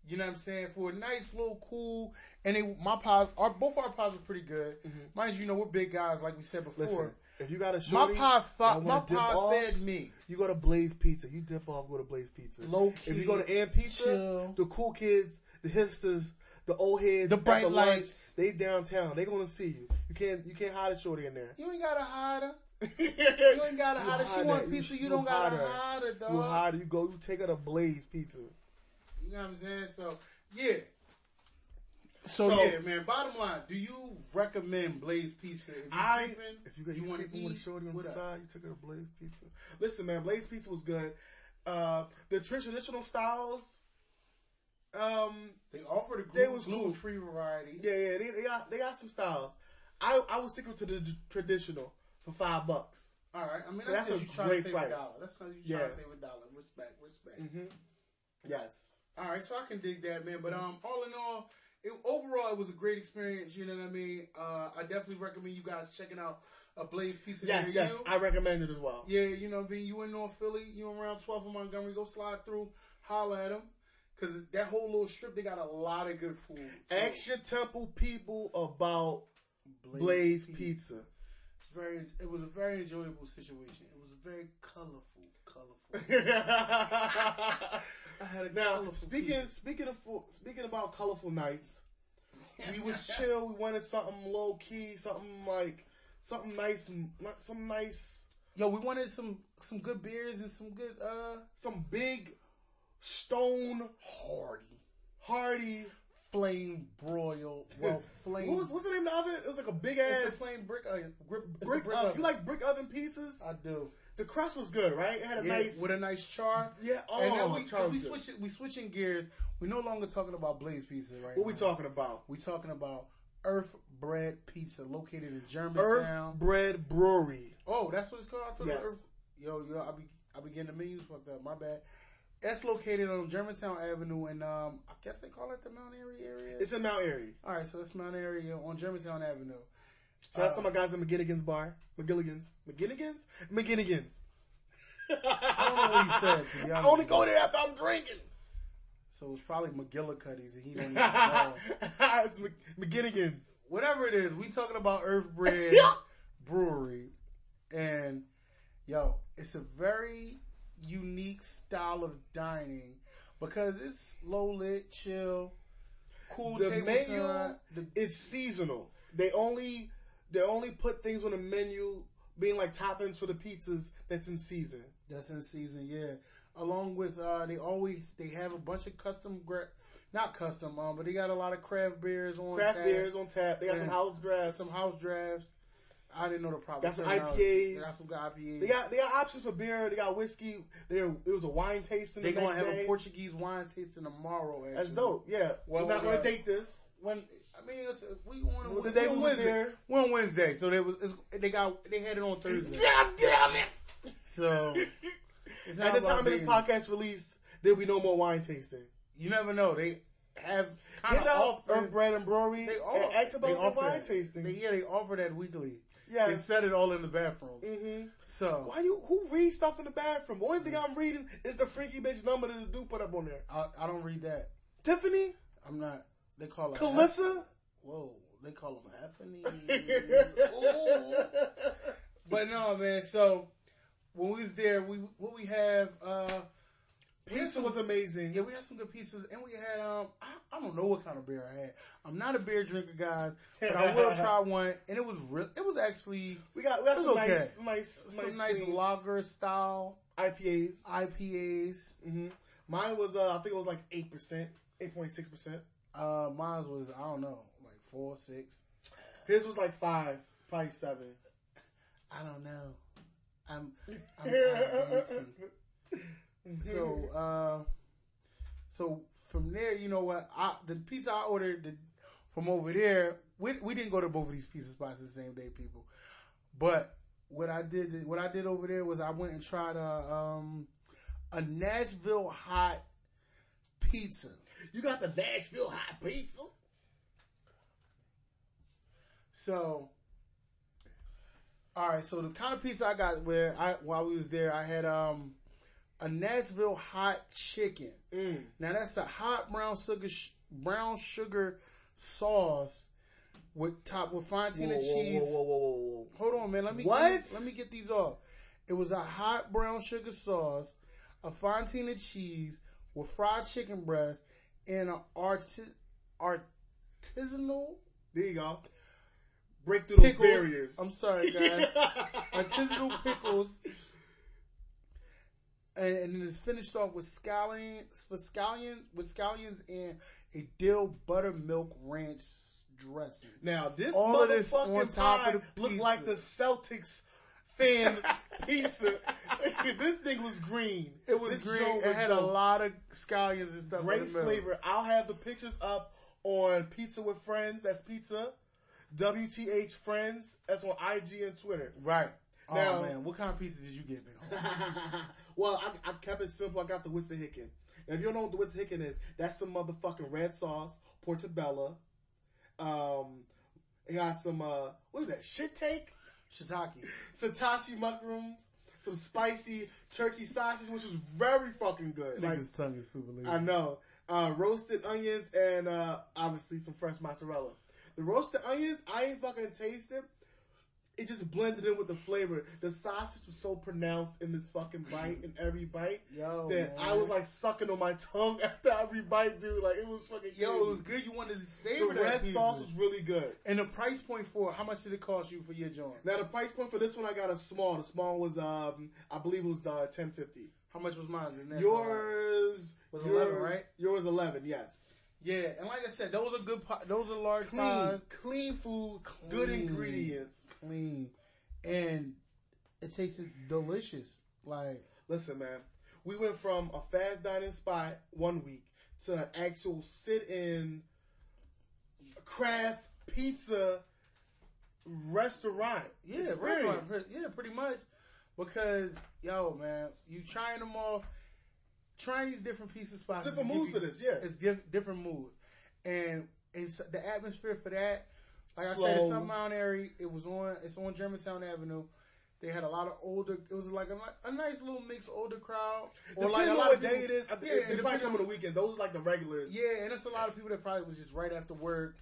Speaker 6: You know what I'm saying? For a nice little cool, and they, my pies, our both our pies were pretty good. Mind you, you know we're big guys, like we said before.
Speaker 5: Mm-hmm. Listen, if you got a
Speaker 6: my
Speaker 5: shorty,
Speaker 6: pie,
Speaker 5: y'all
Speaker 6: fi- my
Speaker 5: wanna dip off,
Speaker 6: pie fed me.
Speaker 5: You go to Blaze Pizza. You dip off, go to Blaze Pizza.
Speaker 6: Low key,
Speaker 5: If you go to Ann Pizza,
Speaker 6: chill.
Speaker 5: the cool kids, the hipsters, the old heads,
Speaker 6: The
Speaker 5: at
Speaker 6: bright
Speaker 5: lunch,
Speaker 6: lights.
Speaker 5: they downtown. They gonna see you. You can't you can't hide a shorty in there.
Speaker 6: You ain't gotta hide her.
Speaker 5: you
Speaker 6: You ain't gotta hide her. She want
Speaker 5: her.
Speaker 6: pizza. You, don't gotta
Speaker 5: her.
Speaker 6: hide her, dog.
Speaker 5: You hide her. You go. You take her to Blaze Pizza.
Speaker 6: You know what I'm saying? So yeah. So, yeah, man. Bottom line, do you recommend Blaze Pizza? If you
Speaker 5: I
Speaker 6: tripping,
Speaker 5: if you got
Speaker 6: you want to
Speaker 5: with a
Speaker 6: eat,
Speaker 5: shorty on
Speaker 6: what
Speaker 5: the
Speaker 6: up?
Speaker 5: side, you took her to Blaze Pizza. Listen, man, Blaze Pizza was good. Uh, the traditional styles. Um,
Speaker 6: They offered a
Speaker 5: They
Speaker 6: gluten
Speaker 5: was cool.
Speaker 6: gluten free variety.
Speaker 5: Yeah, yeah, they, they got they got some styles. I I was sticking to the d- traditional for five bucks.
Speaker 6: All right. I mean,
Speaker 5: But
Speaker 6: that's,
Speaker 5: that's
Speaker 6: because
Speaker 5: a
Speaker 6: you trying
Speaker 5: great
Speaker 6: to save
Speaker 5: price.
Speaker 6: a dollar. That's because you trying
Speaker 5: Yeah. Mm-hmm.
Speaker 6: to save a dollar. Respect, respect.
Speaker 5: Yes,
Speaker 6: All right, so I can dig that, man. But um, all in all, it, overall, it was a great experience. You know what I mean? Uh, I definitely recommend you guys checking out a Blaze Pizza.
Speaker 5: yes,
Speaker 6: near
Speaker 5: yes.
Speaker 6: you.
Speaker 5: I recommend it as well.
Speaker 6: Yeah, you know what I mean? You in North Philly, you around 12 in Montgomery, go slide through, holla at them. Because that whole little strip, they got a lot of good food. So,
Speaker 5: Ask your temple people about
Speaker 6: Blaze,
Speaker 5: Blaze
Speaker 6: Pizza.
Speaker 5: Pizza.
Speaker 6: Very, it was a very enjoyable situation. It was very colorful, colorful. I had a
Speaker 5: now
Speaker 6: colorful
Speaker 5: speaking
Speaker 6: pizza.
Speaker 5: speaking of fu- speaking about colorful nights, we was chill. We wanted something low key, something like something nice, and not some nice,
Speaker 6: Yo, we wanted some some good beers and some good uh
Speaker 5: some big stone
Speaker 6: hardy
Speaker 5: hardy.
Speaker 6: flame broil. Well, flame.
Speaker 5: What was what's the name of the oven? It was like a big
Speaker 6: it's a
Speaker 5: ass.
Speaker 6: flame brick oven. Grip, it's a
Speaker 5: brick,
Speaker 6: brick
Speaker 5: oven.
Speaker 6: oven.
Speaker 5: You like brick oven pizzas?
Speaker 6: I do.
Speaker 5: The crust was good, right? It had a
Speaker 6: Yeah,
Speaker 5: nice.
Speaker 6: with a nice char.
Speaker 5: Yeah, oh,
Speaker 6: and then we, 'cause
Speaker 5: char's
Speaker 6: we
Speaker 5: good.
Speaker 6: switching we switching gears. We're no longer talking about Blaze Pizza right
Speaker 5: what
Speaker 6: now.
Speaker 5: we talking about?
Speaker 6: We talking about Earth Bread Pizza located in Germantown.
Speaker 5: Earth Bread Brewery.
Speaker 6: oh, that's what it's called. I thought it was
Speaker 5: Yes.
Speaker 6: Earth- Yo, yo, I be I be getting the menus fucked up. My bad. That's located on Germantown Avenue, and um, I guess they call it the Mount Airy area.
Speaker 5: It's in Mount Airy.
Speaker 6: All right, so that's Mount Airy on Germantown Avenue.
Speaker 5: Shout
Speaker 6: Oh.
Speaker 5: out to my guys at McGinnigan's Bar. McGilligan's. McGinnigan's? McGinnigan's.
Speaker 6: I don't know what he said. To be
Speaker 5: I
Speaker 6: honest,
Speaker 5: only go there after I'm drinking.
Speaker 6: so it's probably McGillicuddy's, and he don't even know.
Speaker 5: it's Mc- McGinnigan's.
Speaker 6: whatever it is, we talking about Earth Bread Brewery, and yo, it's a very unique style of dining because it's low lit, chill, cool
Speaker 5: The
Speaker 6: table
Speaker 5: menu,
Speaker 6: side, the-
Speaker 5: it's seasonal. They only they only put things on the menu, being like toppings for the pizzas that's in season.
Speaker 6: that's in season, yeah. Along with uh, they always they have a bunch of custom gra- not custom um, but they got a lot of craft beers on
Speaker 5: Craft
Speaker 6: tap,
Speaker 5: beers on tap. They got some
Speaker 6: Yeah.
Speaker 5: house drafts.
Speaker 6: some house drafts. I didn't know the proper.
Speaker 5: Got some
Speaker 6: terminology.
Speaker 5: IPAs.
Speaker 6: They got some good IPAs.
Speaker 5: They got they got options for beer. They got whiskey. There it was a wine tasting.
Speaker 6: They
Speaker 5: the
Speaker 6: gonna
Speaker 5: next
Speaker 6: have
Speaker 5: day.
Speaker 6: a Portuguese wine tasting tomorrow. Actually.
Speaker 5: That's dope. Yeah,
Speaker 6: Well,
Speaker 5: we're not gonna
Speaker 6: uh,
Speaker 5: date this.
Speaker 6: When I mean, it's, we on a,
Speaker 5: Well, the
Speaker 6: we
Speaker 5: day
Speaker 6: on
Speaker 5: we was
Speaker 6: Wednesday.
Speaker 5: there-
Speaker 6: We're on Wednesday, so they was it's, they got they had it on Thursday.
Speaker 5: God damn it!
Speaker 6: So it's not
Speaker 5: At the
Speaker 6: about
Speaker 5: time of this
Speaker 6: dating.
Speaker 5: podcast release, there'll be no more wine tasting.
Speaker 6: you never know. They have kind
Speaker 5: Get
Speaker 6: of
Speaker 5: out
Speaker 6: offer.
Speaker 5: Earth Bread and Brewery
Speaker 6: They
Speaker 5: and
Speaker 6: offer.
Speaker 5: ask
Speaker 6: they
Speaker 5: about the
Speaker 6: offer
Speaker 5: wine
Speaker 6: that.
Speaker 5: tasting.
Speaker 6: They, yeah, they offer that weekly. They
Speaker 5: yes.
Speaker 6: set it all in the bathroom.
Speaker 5: hmm
Speaker 6: So
Speaker 5: Why you? Who reads stuff in the bathroom? Only thing I'm reading is the freaky bitch number that the dude put up on there.
Speaker 6: I, I don't read that.
Speaker 5: Tiffany,
Speaker 6: I'm not. They call it
Speaker 5: Calissa.
Speaker 6: Whoa, they call him Effany. but no, man. So when we was there, we what we have. uh
Speaker 5: Pizza was amazing.
Speaker 6: Yeah, we had some good pizzas, and we had um, I, I don't know what kind of beer I had. I'm not a beer drinker, guys, but I will try one, and it was real. It was actually
Speaker 5: We got, we got
Speaker 6: It's
Speaker 5: some
Speaker 6: okay.
Speaker 5: nice, nice,
Speaker 6: some
Speaker 5: nice,
Speaker 6: nice
Speaker 5: clean
Speaker 6: lager style
Speaker 5: IPAs.
Speaker 6: IPAs.
Speaker 5: hmm Mine was, uh, I think it was like eight percent, eight point six percent.
Speaker 6: Uh, mine was I don't know, like four, six.
Speaker 5: His was like five, probably seven.
Speaker 6: I don't know. I'm I'm, I'm antsy. So, uh, so from there, you know what? I, the pizza I ordered the, from over there, we, we didn't go to both of these pizza spots the same day, people. But what I did, what I did over there was I went and tried a um, a Nashville hot pizza.
Speaker 5: You got the Nashville hot pizza.
Speaker 6: So, all right. So the kind of pizza I got where I while we was there, I had um a Nashville hot chicken.
Speaker 5: Mm.
Speaker 6: Now that's a hot brown sugar sh- brown sugar sauce with top with fontina cheese.
Speaker 5: whoa, whoa, whoa.
Speaker 6: Hold on, man. Let me Let me,
Speaker 5: What?
Speaker 6: let me get these off. It was a hot brown sugar sauce, a fontina cheese with fried chicken breast, and an arti- artisanal
Speaker 5: There you go. Break through those
Speaker 6: pickles.
Speaker 5: barriers.
Speaker 6: I'm sorry, guys. artisanal pickles. And, and it's finished off with scallions, with scallions, with scallions, and a dill buttermilk ranch dressing.
Speaker 5: Now this
Speaker 6: All of this
Speaker 5: motherfucking
Speaker 6: on top
Speaker 5: pie
Speaker 6: of the
Speaker 5: looked
Speaker 6: pizza.
Speaker 5: like the Celtics fan pizza. this thing was green.
Speaker 6: It was
Speaker 5: This
Speaker 6: green.
Speaker 5: joint
Speaker 6: It
Speaker 5: was
Speaker 6: had a
Speaker 5: dope.
Speaker 6: lot of scallions and stuff.
Speaker 5: great
Speaker 6: in the middle.
Speaker 5: flavor. I'll have the pictures up on Pizza with Friends. That's pizza. WTH Friends. That's on IG and Twitter.
Speaker 6: Right.
Speaker 5: Now-
Speaker 6: oh man, what kind of pizza did you get, big homie?
Speaker 5: well, I, I kept it simple. I got the Wissahickon. And if you don't know what the Wissahickon is, that's some motherfucking red sauce, portobello. Um, it got some uh, what is that? Shit take,
Speaker 6: Shiitake.
Speaker 5: satashi mushrooms, some spicy turkey sausage, which was very fucking good. Like,
Speaker 6: Nigga's tongue is super
Speaker 5: I
Speaker 6: loose.
Speaker 5: know. Uh, roasted onions and uh, obviously some fresh mozzarella. The roasted onions, I ain't fucking taste it. It just blended in with the flavor. The sausage was so pronounced in this fucking bite, in every bite,
Speaker 6: Yo,
Speaker 5: that
Speaker 6: man.
Speaker 5: I was like sucking on my tongue after every bite, dude. Like it was fucking.
Speaker 6: Yo, it
Speaker 5: crazy.
Speaker 6: was good. You wanted to savor
Speaker 5: the
Speaker 6: that
Speaker 5: red
Speaker 6: pizza.
Speaker 5: sauce was really good.
Speaker 6: and the price point for it, how much did it cost you for your joint?
Speaker 5: Now the price point for this one, I got a small. The small was, um, I believe it was uh, ten fifty.
Speaker 6: How much was mine? Isn't that right?
Speaker 5: Yours
Speaker 6: Was
Speaker 5: yours-
Speaker 6: 11, right?
Speaker 5: Yours eleven, yes.
Speaker 6: Yeah, and like I said, those are good. pi- Those are large
Speaker 5: Clean,
Speaker 6: pies,
Speaker 5: clean food, good
Speaker 6: Clean.
Speaker 5: ingredients.
Speaker 6: clean, and it tasted delicious. Like
Speaker 5: Listen, man, we went from a fast dining spot one week to an actual sit-in craft pizza restaurant.
Speaker 6: yeah, restaurant, pre- yeah, pretty much. Because yo, man, you trying them all, trying these different pizza spots.
Speaker 5: Different
Speaker 6: It's give
Speaker 5: moves
Speaker 6: you-
Speaker 5: to this, yeah.
Speaker 6: It's diff- different moves, and it's the atmosphere for that. Like I said,
Speaker 5: Slow.
Speaker 6: it's on Mount Airy. It was on. It's on Germantown Avenue. They had a lot of older. It was like a, a nice little mixed older crowd,
Speaker 5: Or like a lot of day it is. I think it, it might
Speaker 6: depending
Speaker 5: come on the weekend. Those are like the regulars. Yeah.
Speaker 6: Yeah, and it's a lot of people that probably was just right after work.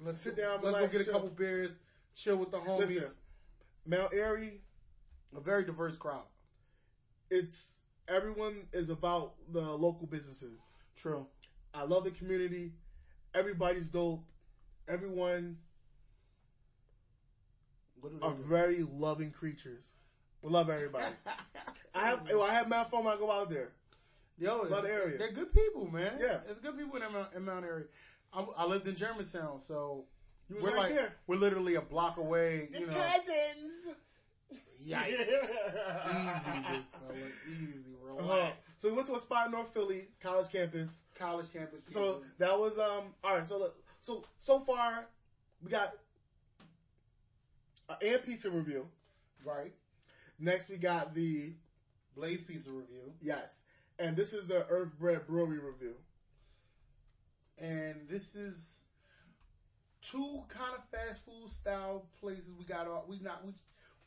Speaker 6: Let's
Speaker 5: Sit down,
Speaker 6: Let's go
Speaker 5: relax,
Speaker 6: get a
Speaker 5: chill.
Speaker 6: couple beers, chill with the homies.
Speaker 5: Listen, Mount Airy,
Speaker 6: A very diverse crowd.
Speaker 5: it's everyone is about the local businesses.
Speaker 6: True.
Speaker 5: I love the community. Everybody's dope. Everyone's
Speaker 6: What do they
Speaker 5: are
Speaker 6: do?
Speaker 5: very loving creatures. We love everybody. I have yo, I have my phone when I go out there.
Speaker 6: Yo, it's,
Speaker 5: Love the area.
Speaker 6: they're good people, man.
Speaker 5: Yeah.
Speaker 6: it's good people in Mount, in Mount Airy. I'm, I lived in Germantown, so
Speaker 5: You was
Speaker 6: We're
Speaker 5: right
Speaker 6: like
Speaker 5: there.
Speaker 6: we're literally a block away. You know,
Speaker 4: cousins.
Speaker 6: yikes! easy, big fella, easy. Relax.
Speaker 5: Uh-huh. So we went to a spot in North Philly, college campus.
Speaker 6: College campus.
Speaker 5: So
Speaker 6: people.
Speaker 5: that was um. All right. So let- so so far, we got a and pizza review.
Speaker 6: right,
Speaker 5: Next, we got the
Speaker 6: Blaze pizza review,
Speaker 5: yes, and this is the Earth Bread Brewery review.
Speaker 6: and this is two kind of fast food style places. We got off. We not we.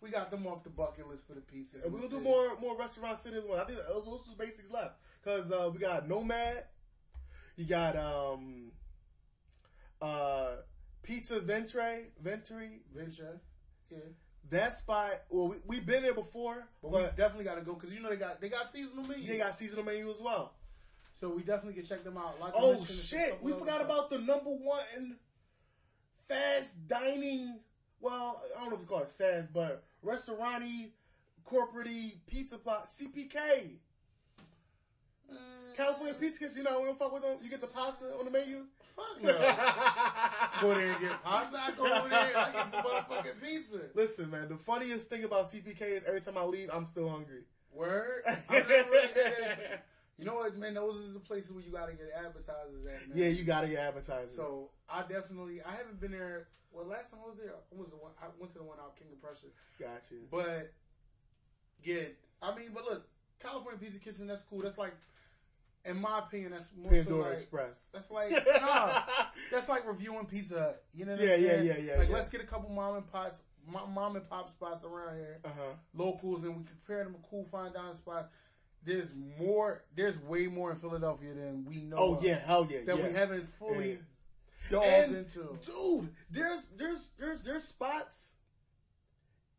Speaker 6: We got them off the bucket list for the pizzas.
Speaker 5: And
Speaker 6: in
Speaker 5: we'll
Speaker 6: the
Speaker 5: do
Speaker 6: city.
Speaker 5: more more restaurant cities. One, I think those those are the basics left because uh, we got Nomad. You got um, uh, Pizza Ventre Ventry.
Speaker 6: venture. Yeah,
Speaker 5: That spot. Well, we we've been there before,
Speaker 6: but, we
Speaker 5: but
Speaker 6: definitely got to go because you know they got they got seasonal menus.
Speaker 5: they got seasonal menu as well.
Speaker 6: so we definitely can check them out. Like I
Speaker 5: Oh
Speaker 6: mentioned, it's a
Speaker 5: shit!
Speaker 6: couple
Speaker 5: We
Speaker 6: other
Speaker 5: forgot
Speaker 6: stuff.
Speaker 5: about the number one fast dining. Well, I don't know if you call it fast, but restauranty, corporatey pizza plot CPK.
Speaker 6: Uh,
Speaker 5: California Pizza Kitchen. You know we don't fuck with them. You get the pasta on the menu.
Speaker 6: Fuck no. go there and get pasta. I go over there and I get some motherfucking pizza.
Speaker 5: Listen, man. The funniest thing about CPK is every time I leave, I'm still hungry.
Speaker 6: Word. I'm not really at that. you know what, man? Those is the places where you gotta get appetizers at, man.
Speaker 5: Yeah, you gotta get appetizers.
Speaker 6: So I definitely I haven't been there. Well, last time I was there, I was the one I went to the one out King of Prussia,
Speaker 5: gotcha.
Speaker 6: but yeah, I mean, but look, California Pizza Kitchen, that's cool. That's like, in my opinion, that's more so
Speaker 5: Pandora
Speaker 6: like,
Speaker 5: Express.
Speaker 6: That's like nah, that's like reviewing pizza. Hut, You know what
Speaker 5: Yeah,
Speaker 6: I'm
Speaker 5: yeah,
Speaker 6: saying?
Speaker 5: yeah, yeah,
Speaker 6: Like
Speaker 5: yeah.
Speaker 6: let's get a couple mom and pops, mom, mom and pop spots around here,
Speaker 5: Uh huh.
Speaker 6: locals, and we compare them to cool fine dining spots. There's more. There's way more in Philadelphia than we know.
Speaker 5: Oh
Speaker 6: of
Speaker 5: yeah, hell yeah.
Speaker 6: uh, that
Speaker 5: yeah.
Speaker 6: we haven't fully
Speaker 5: Yeah.
Speaker 6: delved
Speaker 5: And,
Speaker 6: into.
Speaker 5: dude, there's there's there's there's spots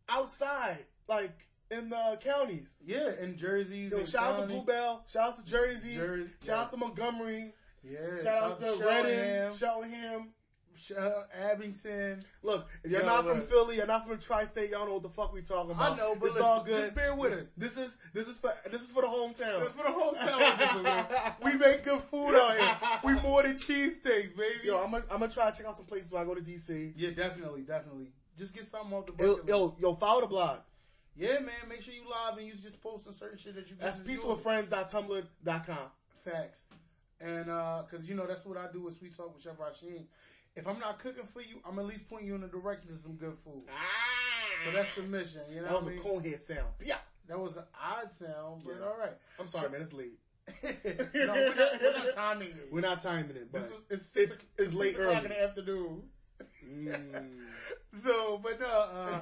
Speaker 5: outside, like in the counties.
Speaker 6: Yeah, in jerseys.
Speaker 5: Yo,
Speaker 6: and
Speaker 5: shout out to
Speaker 6: Johnny.
Speaker 5: Blue Bell, shout out to Jersey,
Speaker 6: Jersey,
Speaker 5: shout
Speaker 6: yeah.
Speaker 5: out to Montgomery,
Speaker 6: Yeah,
Speaker 5: shout, out to, Reading,
Speaker 6: Shoreham,
Speaker 5: Shellham.
Speaker 6: Sho- uh, Abington.
Speaker 5: Look, if you're
Speaker 6: Yo,
Speaker 5: not from
Speaker 6: look.
Speaker 5: Philly, you're not from tri-state, y'all know what the fuck we talking about.
Speaker 6: I know, but
Speaker 5: it's
Speaker 6: listen,
Speaker 5: all good.
Speaker 6: just bear with us.
Speaker 5: This is this is for this is for the hometown.
Speaker 6: That's for the hometown. listen, man. we make good food out here. We more than cheesesteaks, baby.
Speaker 5: Yo, I'm gonna I'm gonna try to check out some places when I go to DC.
Speaker 6: Yeah, definitely, definitely. Just get something off the
Speaker 5: Yo,
Speaker 6: bucket. list.
Speaker 5: yo, yo, follow the blog.
Speaker 6: Yeah, man. Make sure you live and you just post some certain shit that you.
Speaker 5: That's
Speaker 6: enjoy.
Speaker 5: peacewithfriends.tumblr.com.
Speaker 6: facts, and uh, cause you know that's what I do with Sweet Talk with Chef Rasheen. If I'm not cooking for you, I'm at least pointing you in the direction to some good food.
Speaker 5: Ah.
Speaker 6: So that's the mission. You know
Speaker 5: That
Speaker 6: what
Speaker 5: was
Speaker 6: I
Speaker 5: a
Speaker 6: mean?
Speaker 5: conehead sound. Yeah.
Speaker 6: That was an odd sound, but
Speaker 5: Yeah.
Speaker 6: all right.
Speaker 5: I'm sorry, man. It's late.
Speaker 6: no, we're not, we're not timing it.
Speaker 5: We're not timing it, but
Speaker 6: This is, it's six,
Speaker 5: it's, it's late
Speaker 6: six o'clock
Speaker 5: early.
Speaker 6: in the afternoon.
Speaker 5: Mm.
Speaker 6: So, but no, uh,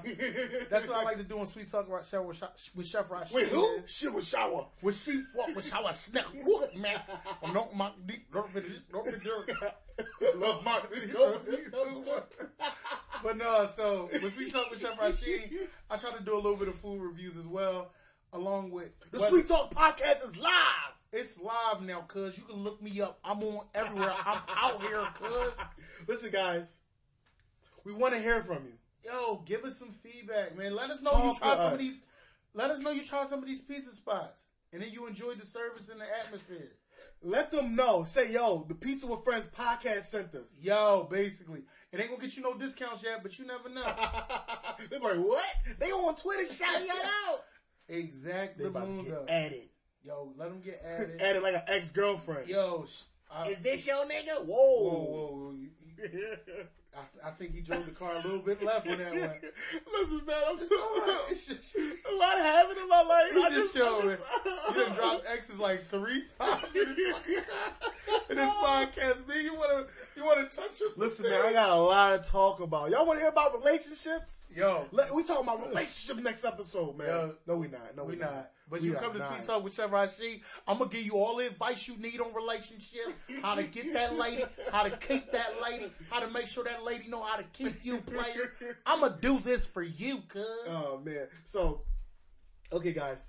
Speaker 6: that's what I like to do on Sweet Talk with Chef, with Chef Rashid.
Speaker 5: Wait, who? Shiver shower.
Speaker 6: With she walk with shower snack walk man. I'm not my deep not for this not for dirt.
Speaker 5: Love my
Speaker 6: But no, so with Sweet Talk with Chef Rashid, I try to do a little bit of food reviews as well, along with
Speaker 5: The
Speaker 6: whether-
Speaker 5: Sweet Talk podcast is live.
Speaker 6: It's live now, cuz you can look me up. I'm on everywhere. I'm out here, cuz.
Speaker 5: Listen, guys, we want to hear from you.
Speaker 6: Yo, give us some feedback, man. Let us know
Speaker 5: Talk
Speaker 6: you try
Speaker 5: to
Speaker 6: some
Speaker 5: us.
Speaker 6: of these. Let us know you try some of these pizza spots, and then you enjoyed the service and the atmosphere.
Speaker 5: Let them know. Say, yo, the Pizza with Friends podcast sent us.
Speaker 6: Yo, basically, it ain't gonna get you no discounts yet, but you never know.
Speaker 5: They're like, what? They on Twitter shouting y'all out.
Speaker 6: exactly,
Speaker 5: They about to
Speaker 6: Mundo.
Speaker 5: get at it.
Speaker 6: Yo, let them get added.
Speaker 5: At it like an ex girlfriend.
Speaker 6: Yo, sh- I,
Speaker 5: this your
Speaker 6: whoa,
Speaker 5: nigga?
Speaker 6: whoa, whoa. You- you- I, I think he drove the car a little bit left on that one.
Speaker 5: Listen, man, I'm
Speaker 6: It's all right.
Speaker 5: so
Speaker 6: It's just- you
Speaker 5: a lot happened in my life. I
Speaker 6: just
Speaker 5: I
Speaker 6: showing. You done dropped X's like three times in this, in this podcast, man. You wanna you wanna touch yourself?
Speaker 5: Listen, man, I got a lot to talk about. Y'all want to hear about relationships?
Speaker 6: Yo,
Speaker 5: Let- we talking about relationship next episode, man.
Speaker 6: Yo.
Speaker 5: no, we not. No,
Speaker 6: we
Speaker 5: we,
Speaker 6: not. But
Speaker 5: We
Speaker 6: you
Speaker 5: are
Speaker 6: come to
Speaker 5: not.
Speaker 6: Sweet Talk with Chef Rashid. I'm gonna give you all the advice you need on relationship, how to get that lady, how to keep that lady, how to make sure that lady know how to keep you, player. I'm gonna do this for you, cuz.
Speaker 5: Oh man. So, okay, guys,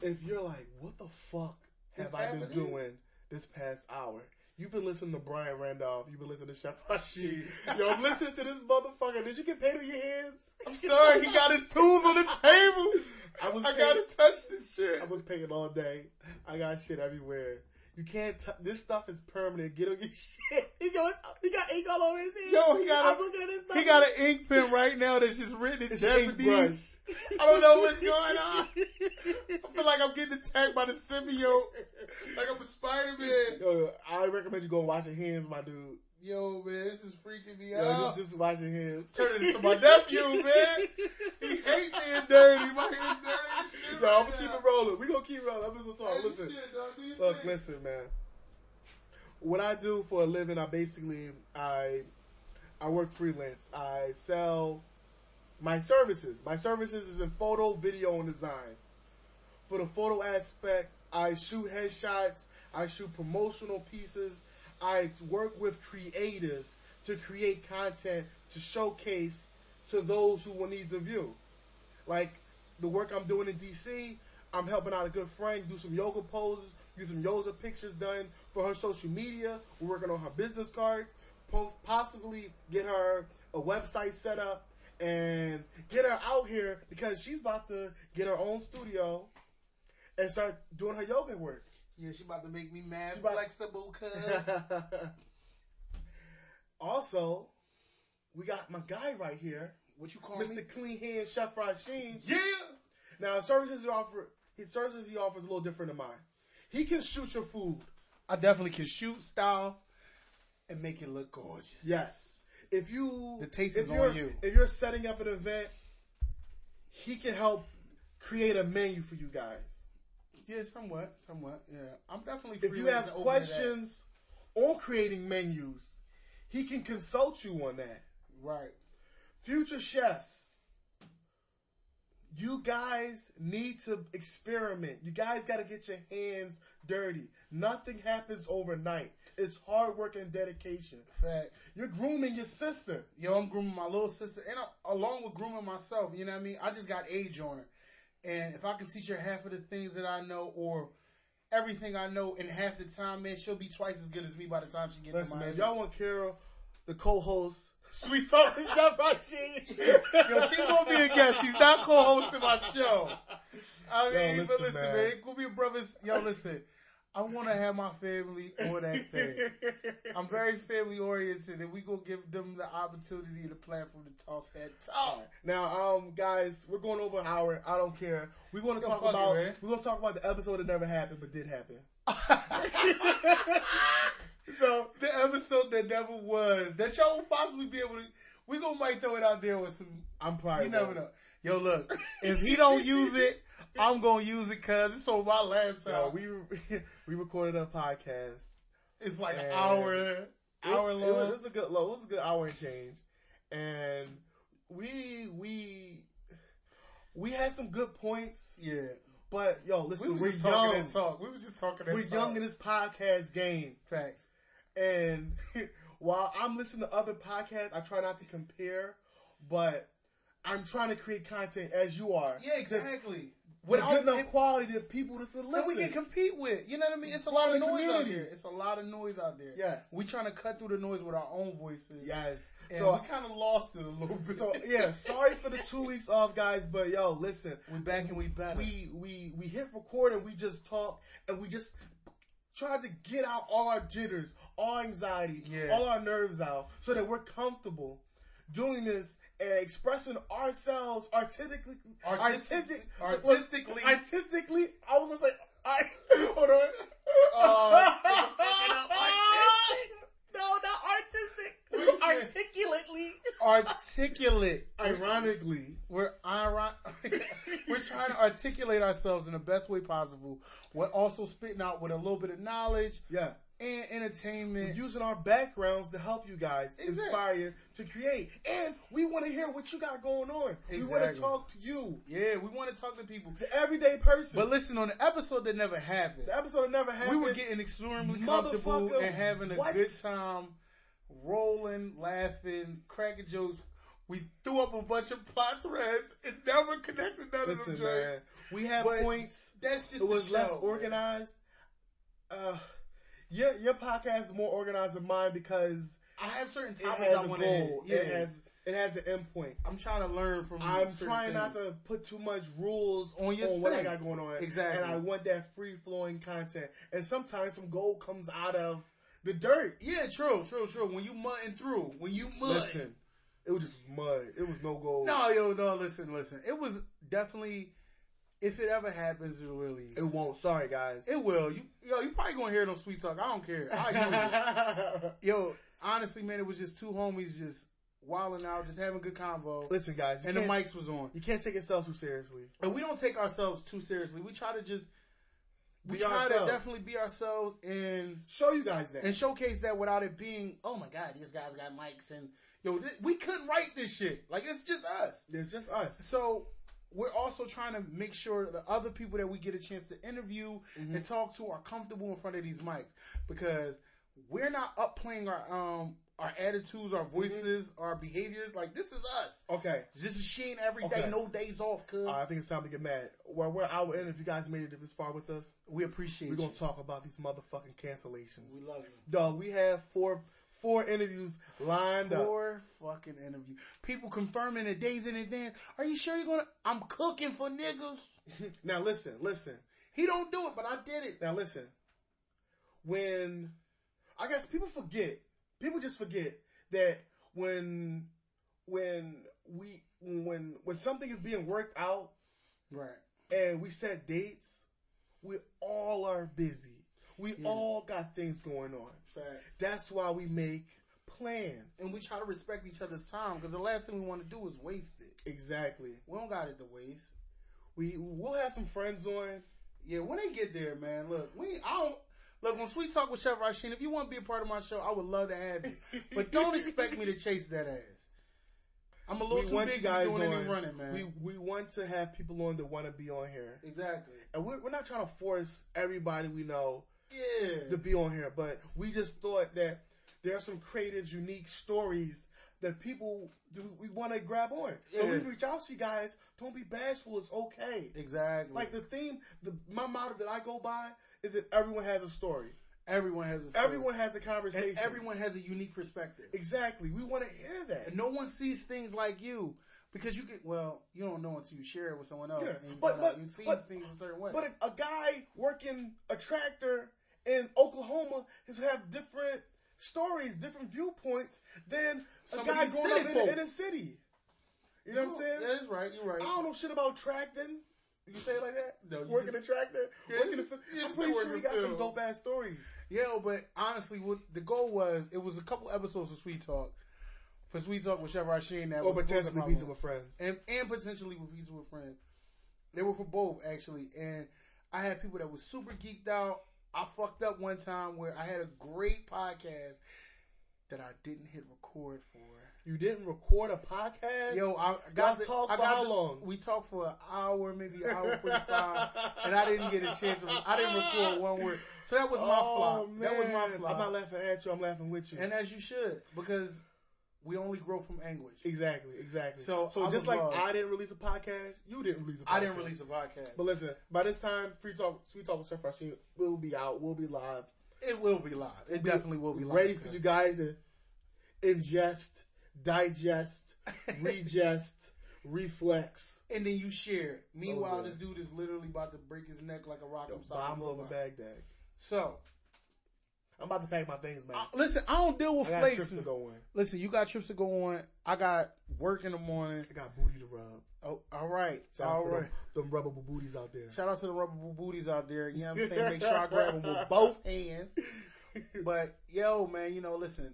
Speaker 5: if you're like, what the fuck have
Speaker 6: It's
Speaker 5: I been
Speaker 6: happening.
Speaker 5: doing this past hour? You've been listening to Brian Randolph. You've been listening to Chef Rashi. Yo, I'm listening to this motherfucker. Did you get paid on your hands?
Speaker 6: I'm sorry, he got his tools on the table.
Speaker 5: I was
Speaker 6: I
Speaker 5: paid-
Speaker 6: gotta touch this shit.
Speaker 5: I was paid all day. I got shit everywhere. You can't. T- this stuff is permanent. Get on your shit. Yo, it's, he got ink all over his hand.
Speaker 6: Yo, he got
Speaker 5: I'm
Speaker 6: a-
Speaker 5: looking at his stuff.
Speaker 6: He got an ink pen right now that's just written in
Speaker 5: It's
Speaker 6: Japanese.
Speaker 5: ink
Speaker 6: I don't know what's going on. I feel like I'm getting attacked by the symbiote, like I'm a Spider Man.
Speaker 5: Yo, I recommend you go and wash your hands, my dude.
Speaker 6: Yo, man, this is freaking me
Speaker 5: Yo,
Speaker 6: out.
Speaker 5: just, just wash your hands.
Speaker 6: Turning into my nephew, man. He hate being dirty. My hands dirty. as Shit
Speaker 5: Yo,
Speaker 6: right
Speaker 5: I'm gonna
Speaker 6: now.
Speaker 5: keep it rolling. We gonna keep rolling. I'm just gonna
Speaker 6: Hey,
Speaker 5: talk.
Speaker 6: you
Speaker 5: Listen,
Speaker 6: shit, dog. Do your
Speaker 5: look,
Speaker 6: thing.
Speaker 5: listen, man. What I do for a living, I basically I I work freelance. I sell my services. My services is in photo, video, and design. For the photo aspect, I shoot headshots. I shoot promotional pieces. I work with creatives to create content to showcase to those who will need to view. Like the work I'm doing in DC, I'm helping out a good friend do some yoga poses, get some yoga pictures done for her social media. We're working on her business cards, po- possibly get her a website set up and get her out here because she's about to get her own studio and start doing her yoga work.
Speaker 6: Yeah, she about to make me mad.
Speaker 5: She about-
Speaker 6: Flexible, cuz.
Speaker 5: also, we got my guy right here,
Speaker 6: What you call me?
Speaker 5: Mr. Clean Hand Chef Rasheen.
Speaker 6: Yeah.
Speaker 5: Now, services he offer, his services he offers a little different than mine. He can shoot your food.
Speaker 6: I definitely can shoot style and make it look gorgeous.
Speaker 5: Yes. If you
Speaker 6: The taste
Speaker 5: if
Speaker 6: is on
Speaker 5: you're-
Speaker 6: you.
Speaker 5: If you're setting up an event, he can help create a menu for you guys.
Speaker 6: Yeah, somewhat, somewhat. Yeah, I'm definitely.
Speaker 5: If you
Speaker 6: freelancing
Speaker 5: have
Speaker 6: over that.
Speaker 5: questions on creating menus, he can consult you on that.
Speaker 6: right?
Speaker 5: Future chefs, you guys need to experiment. You guys got to get your hands dirty. Nothing happens overnight. It's hard work and dedication.
Speaker 6: Fact.
Speaker 5: You're grooming your sister.
Speaker 6: Yo, I'm grooming my little sister, and I, oh, along with grooming myself. You know what I mean? I just got age on her, and if I can teach her half of the things that I know, or everything I know in half the time, man, she'll be twice as good as me by the time she gets
Speaker 5: Listen,
Speaker 6: to my
Speaker 5: man,
Speaker 6: age.
Speaker 5: y'all want Carol, the co-host, Sweet Talk and Chef Rashid.
Speaker 6: Yo, she's gonna be a guest. She's not co-hosting my show. I
Speaker 5: Yo,
Speaker 6: mean, but
Speaker 5: listen,
Speaker 6: listen, man.
Speaker 5: man.
Speaker 6: it could be a brothers. Yo, listen, I want to have my family on that thing. I'm very family oriented, and we gonna give them the opportunity and the platform to talk that talk.
Speaker 5: Now, um, guys, we're going over an hour. I don't care. We want to
Speaker 6: Yo,
Speaker 5: talk
Speaker 6: fuck it,
Speaker 5: about
Speaker 6: man.
Speaker 5: we're going to talk about the episode that never happened but did happen. so
Speaker 6: The episode that never was that y'all will possibly be able to. We gonna might throw it out there with some.
Speaker 5: I'm probably
Speaker 6: You never know. Yo, look, if he don't use it, I'm gonna use it because it's on my
Speaker 5: Yo,
Speaker 6: laptop.
Speaker 5: we we recorded a podcast.
Speaker 6: it's like an
Speaker 5: Man.
Speaker 6: hour,
Speaker 5: It was-
Speaker 6: hour
Speaker 5: it
Speaker 6: long.
Speaker 5: was, it was a good low. It was a good hour and change, and we we we had some good points.
Speaker 6: Yeah.
Speaker 5: But yo,
Speaker 6: We
Speaker 5: listen,
Speaker 6: was
Speaker 5: we're
Speaker 6: just talking
Speaker 5: young.
Speaker 6: that talk. We was just talking that
Speaker 5: We're
Speaker 6: talk.
Speaker 5: young in this podcast game,
Speaker 6: facts.
Speaker 5: and while I'm listening to other podcasts, I try not to compare, but I'm trying to create content as you are.
Speaker 6: Yeah,
Speaker 5: Just
Speaker 6: exactly.
Speaker 5: With
Speaker 6: Without-
Speaker 5: good enough quality to people to listen.
Speaker 6: that we can compete with. You know what I mean? It's a lot of
Speaker 5: Growing
Speaker 6: noise out
Speaker 5: community.
Speaker 6: there. It's a lot of noise out there.
Speaker 5: Yes.
Speaker 6: We trying to cut through the noise with our own voices.
Speaker 5: yes.
Speaker 6: And
Speaker 5: So
Speaker 6: we kind of lost it a little bit.
Speaker 5: so yeah. Sorry for the two weeks off, guys. But yo, listen,
Speaker 6: we back and we better.
Speaker 5: we we we hit record and we just talk and we just tried to get out all our jitters, all anxiety,
Speaker 6: Yeah.
Speaker 5: all our nerves out, so that we're comfortable doing this and expressing ourselves artistically,
Speaker 6: Artistic-
Speaker 5: artistic,
Speaker 6: artistically.
Speaker 5: artistically. I was gonna say, I, hold on.
Speaker 6: Oh,
Speaker 5: uh,
Speaker 6: this nigga fucking up artistic.
Speaker 5: No, not
Speaker 6: Wait a
Speaker 5: artistic.
Speaker 6: minute.
Speaker 5: Articulately.
Speaker 6: articulate.
Speaker 5: Ironically.
Speaker 6: We're iron. we're trying to articulate ourselves in the best way possible. We're also spitting out with a little bit of knowledge
Speaker 5: Yeah.
Speaker 6: and entertainment.
Speaker 5: using our backgrounds to help you guys
Speaker 6: Exactly.
Speaker 5: inspire you to create. And we want to hear what you got going on. We want
Speaker 6: Exactly.
Speaker 5: to talk to you,
Speaker 6: yeah, we want to talk to people.
Speaker 5: the everyday person.
Speaker 6: But listen, on the episode that never happened,
Speaker 5: the episode never
Speaker 6: we
Speaker 5: happened.
Speaker 6: were getting extremely comfortable
Speaker 5: Motherfucker,
Speaker 6: and having a
Speaker 5: what?
Speaker 6: good time, rolling, laughing, cracking jokes. We threw up a bunch of plot threads and never connected none
Speaker 5: Listen,
Speaker 6: of them. joints.
Speaker 5: man. We had
Speaker 6: But
Speaker 5: points.
Speaker 6: That's just
Speaker 5: It was
Speaker 6: a
Speaker 5: less
Speaker 6: show, man.
Speaker 5: organized. Uh, your your podcast is more organized than mine because
Speaker 6: I have certain
Speaker 5: it
Speaker 6: topics
Speaker 5: has
Speaker 6: I
Speaker 5: a
Speaker 6: want to hit.
Speaker 5: goal.
Speaker 6: Yeah.
Speaker 5: It has It has an endpoint.
Speaker 6: I'm trying to learn from.
Speaker 5: I'm
Speaker 6: certain
Speaker 5: trying not
Speaker 6: things.
Speaker 5: to put too much rules
Speaker 6: On
Speaker 5: on,
Speaker 6: your
Speaker 5: what I
Speaker 6: thing.
Speaker 5: got going on.
Speaker 6: Exactly.
Speaker 5: And I want that free flowing content. And sometimes some gold comes out of the dirt.
Speaker 6: Yeah, true, true, true. When you mudding through, when you mud.
Speaker 5: Listen, it was just mud. It was no gold.
Speaker 6: No, yo, no. Listen, listen. It was definitely. If it ever happens, it'll release.
Speaker 5: It won't. Sorry, guys.
Speaker 6: It will. You, yo, you probably gonna hear it on Sweet Talk. I don't care. I agree with you. yo, honestly, man, it was just two homies just wilding out, just having good convo,
Speaker 5: Listen, guys. You
Speaker 6: and the
Speaker 5: can't-
Speaker 6: mics was on.
Speaker 5: You can't take yourself too seriously.
Speaker 6: And we don't take ourselves too seriously. We try to just we
Speaker 5: Be
Speaker 6: try
Speaker 5: ourselves.
Speaker 6: to definitely be ourselves and
Speaker 5: Show you guys that.
Speaker 6: and showcase that without it being, oh my god, these guys got mics and yo, th- we couldn't write this shit. Like it's just us.
Speaker 5: it's just us.
Speaker 6: So we're also trying to make sure the other people that we get a chance to interview
Speaker 5: Mm-hmm.
Speaker 6: and talk to are comfortable in front of these mics because we're not upplaying our um our attitudes, our voices, our behaviors. Like this is us.
Speaker 5: Mm-hmm. Okay.
Speaker 6: This is sheen every day,
Speaker 5: Okay.
Speaker 6: no days off, cuz
Speaker 5: Uh, I think it's time to get mad. Well, we're out and if you guys made it this far with us,
Speaker 6: we appreciate
Speaker 5: we're
Speaker 6: you.
Speaker 5: gonna talk about these motherfucking cancellations.
Speaker 6: we love you.
Speaker 5: Dog, we have four four interviews lined up.
Speaker 6: Poor fucking interview. People confirming the days in advance. Are you sure you're gonna? I'm cooking for niggas.
Speaker 5: Now listen, listen.
Speaker 6: He don't do it, but I did it.
Speaker 5: Now listen. When I guess people forget, people just forget that when when we when when something is being worked out
Speaker 6: Right.
Speaker 5: and we set dates, we all are busy. We all got things going on.
Speaker 6: Fact.
Speaker 5: That's why we make plans.
Speaker 6: And we try to respect each other's time because the last thing we want to do is waste it.
Speaker 5: Exactly.
Speaker 6: We don't got it to waste.
Speaker 5: We we'll have some friends on.
Speaker 6: Yeah, when they get there, man. Look, we I don't look when Sweet Talk with Chef Rasheen. If you want to be a part of my show, I would love to have you, but don't expect me to chase that ass. I'm a little
Speaker 5: we
Speaker 6: too
Speaker 5: want
Speaker 6: big
Speaker 5: you guys
Speaker 6: to be doing
Speaker 5: on.
Speaker 6: any running, man.
Speaker 5: We we want to have people on that want to be on here,
Speaker 6: exactly.
Speaker 5: and we're we're not trying to force everybody we know
Speaker 6: Yeah.
Speaker 5: to be on here, but we just thought that there are some creative, unique stories that people do, we want to grab on. So we
Speaker 6: Yeah.
Speaker 5: reach out to you guys. Don't be bashful. It's okay.
Speaker 6: exactly.
Speaker 5: Like the theme, the my motto that I go by is that everyone has a story.
Speaker 6: everyone has a story.
Speaker 5: Everyone has a
Speaker 6: And
Speaker 5: conversation.
Speaker 6: everyone has a unique perspective.
Speaker 5: exactly. We want to hear that.
Speaker 6: And no one sees things like you because you get well, you don't know until you share it with someone else.
Speaker 5: Yeah,
Speaker 6: And you,
Speaker 5: but-
Speaker 6: find out
Speaker 5: but-
Speaker 6: you see
Speaker 5: but-
Speaker 6: things a certain way.
Speaker 5: But if a guy working a tractor in Oklahoma has have different stories, different viewpoints than a
Speaker 6: Somebody
Speaker 5: guy growing up
Speaker 6: city
Speaker 5: in the
Speaker 6: folk.
Speaker 5: inner city. You know what I'm saying?
Speaker 6: That's right. You're right.
Speaker 5: I don't know shit about tracting. You say it like that?
Speaker 6: No, you
Speaker 5: working
Speaker 6: just-
Speaker 5: a tractor.
Speaker 6: Yeah,
Speaker 5: working
Speaker 6: you-
Speaker 5: a, fi-
Speaker 6: you
Speaker 5: I'm
Speaker 6: just
Speaker 5: pretty
Speaker 6: say
Speaker 5: sure we
Speaker 6: working
Speaker 5: got some
Speaker 6: field.
Speaker 5: dope ass stories.
Speaker 6: Yeah, but honestly, what the goal was, it was a couple episodes of Sweet Talk for Sweet Talk with Chef Rasheen that
Speaker 5: Or
Speaker 6: was
Speaker 5: potentially
Speaker 6: both
Speaker 5: pizza
Speaker 6: of
Speaker 5: with
Speaker 6: our-
Speaker 5: friends.
Speaker 6: and and potentially with Pizza with Friends. They were for both actually, and I had people that was super geeked out. I fucked up one time where I had a great podcast that I didn't hit record for.
Speaker 5: You didn't record a podcast?
Speaker 6: Yo, I got
Speaker 5: Y'all
Speaker 6: the,
Speaker 5: talked
Speaker 6: I
Speaker 5: for
Speaker 6: got
Speaker 5: how
Speaker 6: the-
Speaker 5: long?
Speaker 6: We talked for an hour, maybe an hour forty five, and I didn't get a chance. To, re- I didn't record one word, so that was my
Speaker 5: oh,
Speaker 6: flop. That was my
Speaker 5: man.
Speaker 6: flop.
Speaker 5: I'm not laughing at you. I'm laughing with you.
Speaker 6: And as you should, because we only grow from anguish.
Speaker 5: Exactly, exactly.
Speaker 6: So,
Speaker 5: So,
Speaker 6: I
Speaker 5: so just
Speaker 6: would
Speaker 5: like
Speaker 6: love-
Speaker 5: I didn't release a podcast, you didn't release a podcast.
Speaker 6: I didn't release a podcast.
Speaker 5: But listen, by this time, Free Talk, Sweet Talk with Chef Rashid will be out. We'll be live.
Speaker 6: It will be live. It definitely will be live.
Speaker 5: Ready for you guys to ingest, digest, regest, reflex.
Speaker 6: And then you share. Meanwhile,
Speaker 5: Oh, yeah.
Speaker 6: this dude is literally about to break his neck like a rock. I'm sorry.
Speaker 5: Obama over Baghdad.
Speaker 6: So,
Speaker 5: I'm about to pack my things, man.
Speaker 6: uh, listen, I don't deal with
Speaker 5: I got
Speaker 6: flakes.
Speaker 5: trips to go on.
Speaker 6: Listen, you got trips to go on. I got work in the morning.
Speaker 5: I got booty to rub.
Speaker 6: Oh, all right.
Speaker 5: Shout
Speaker 6: all
Speaker 5: out to
Speaker 6: right.
Speaker 5: them, them rubbable booties out there.
Speaker 6: Shout out to the rubber boo- booties out there. You know what I'm saying? Make sure I grab them with both hands. But yo, man, you know, listen,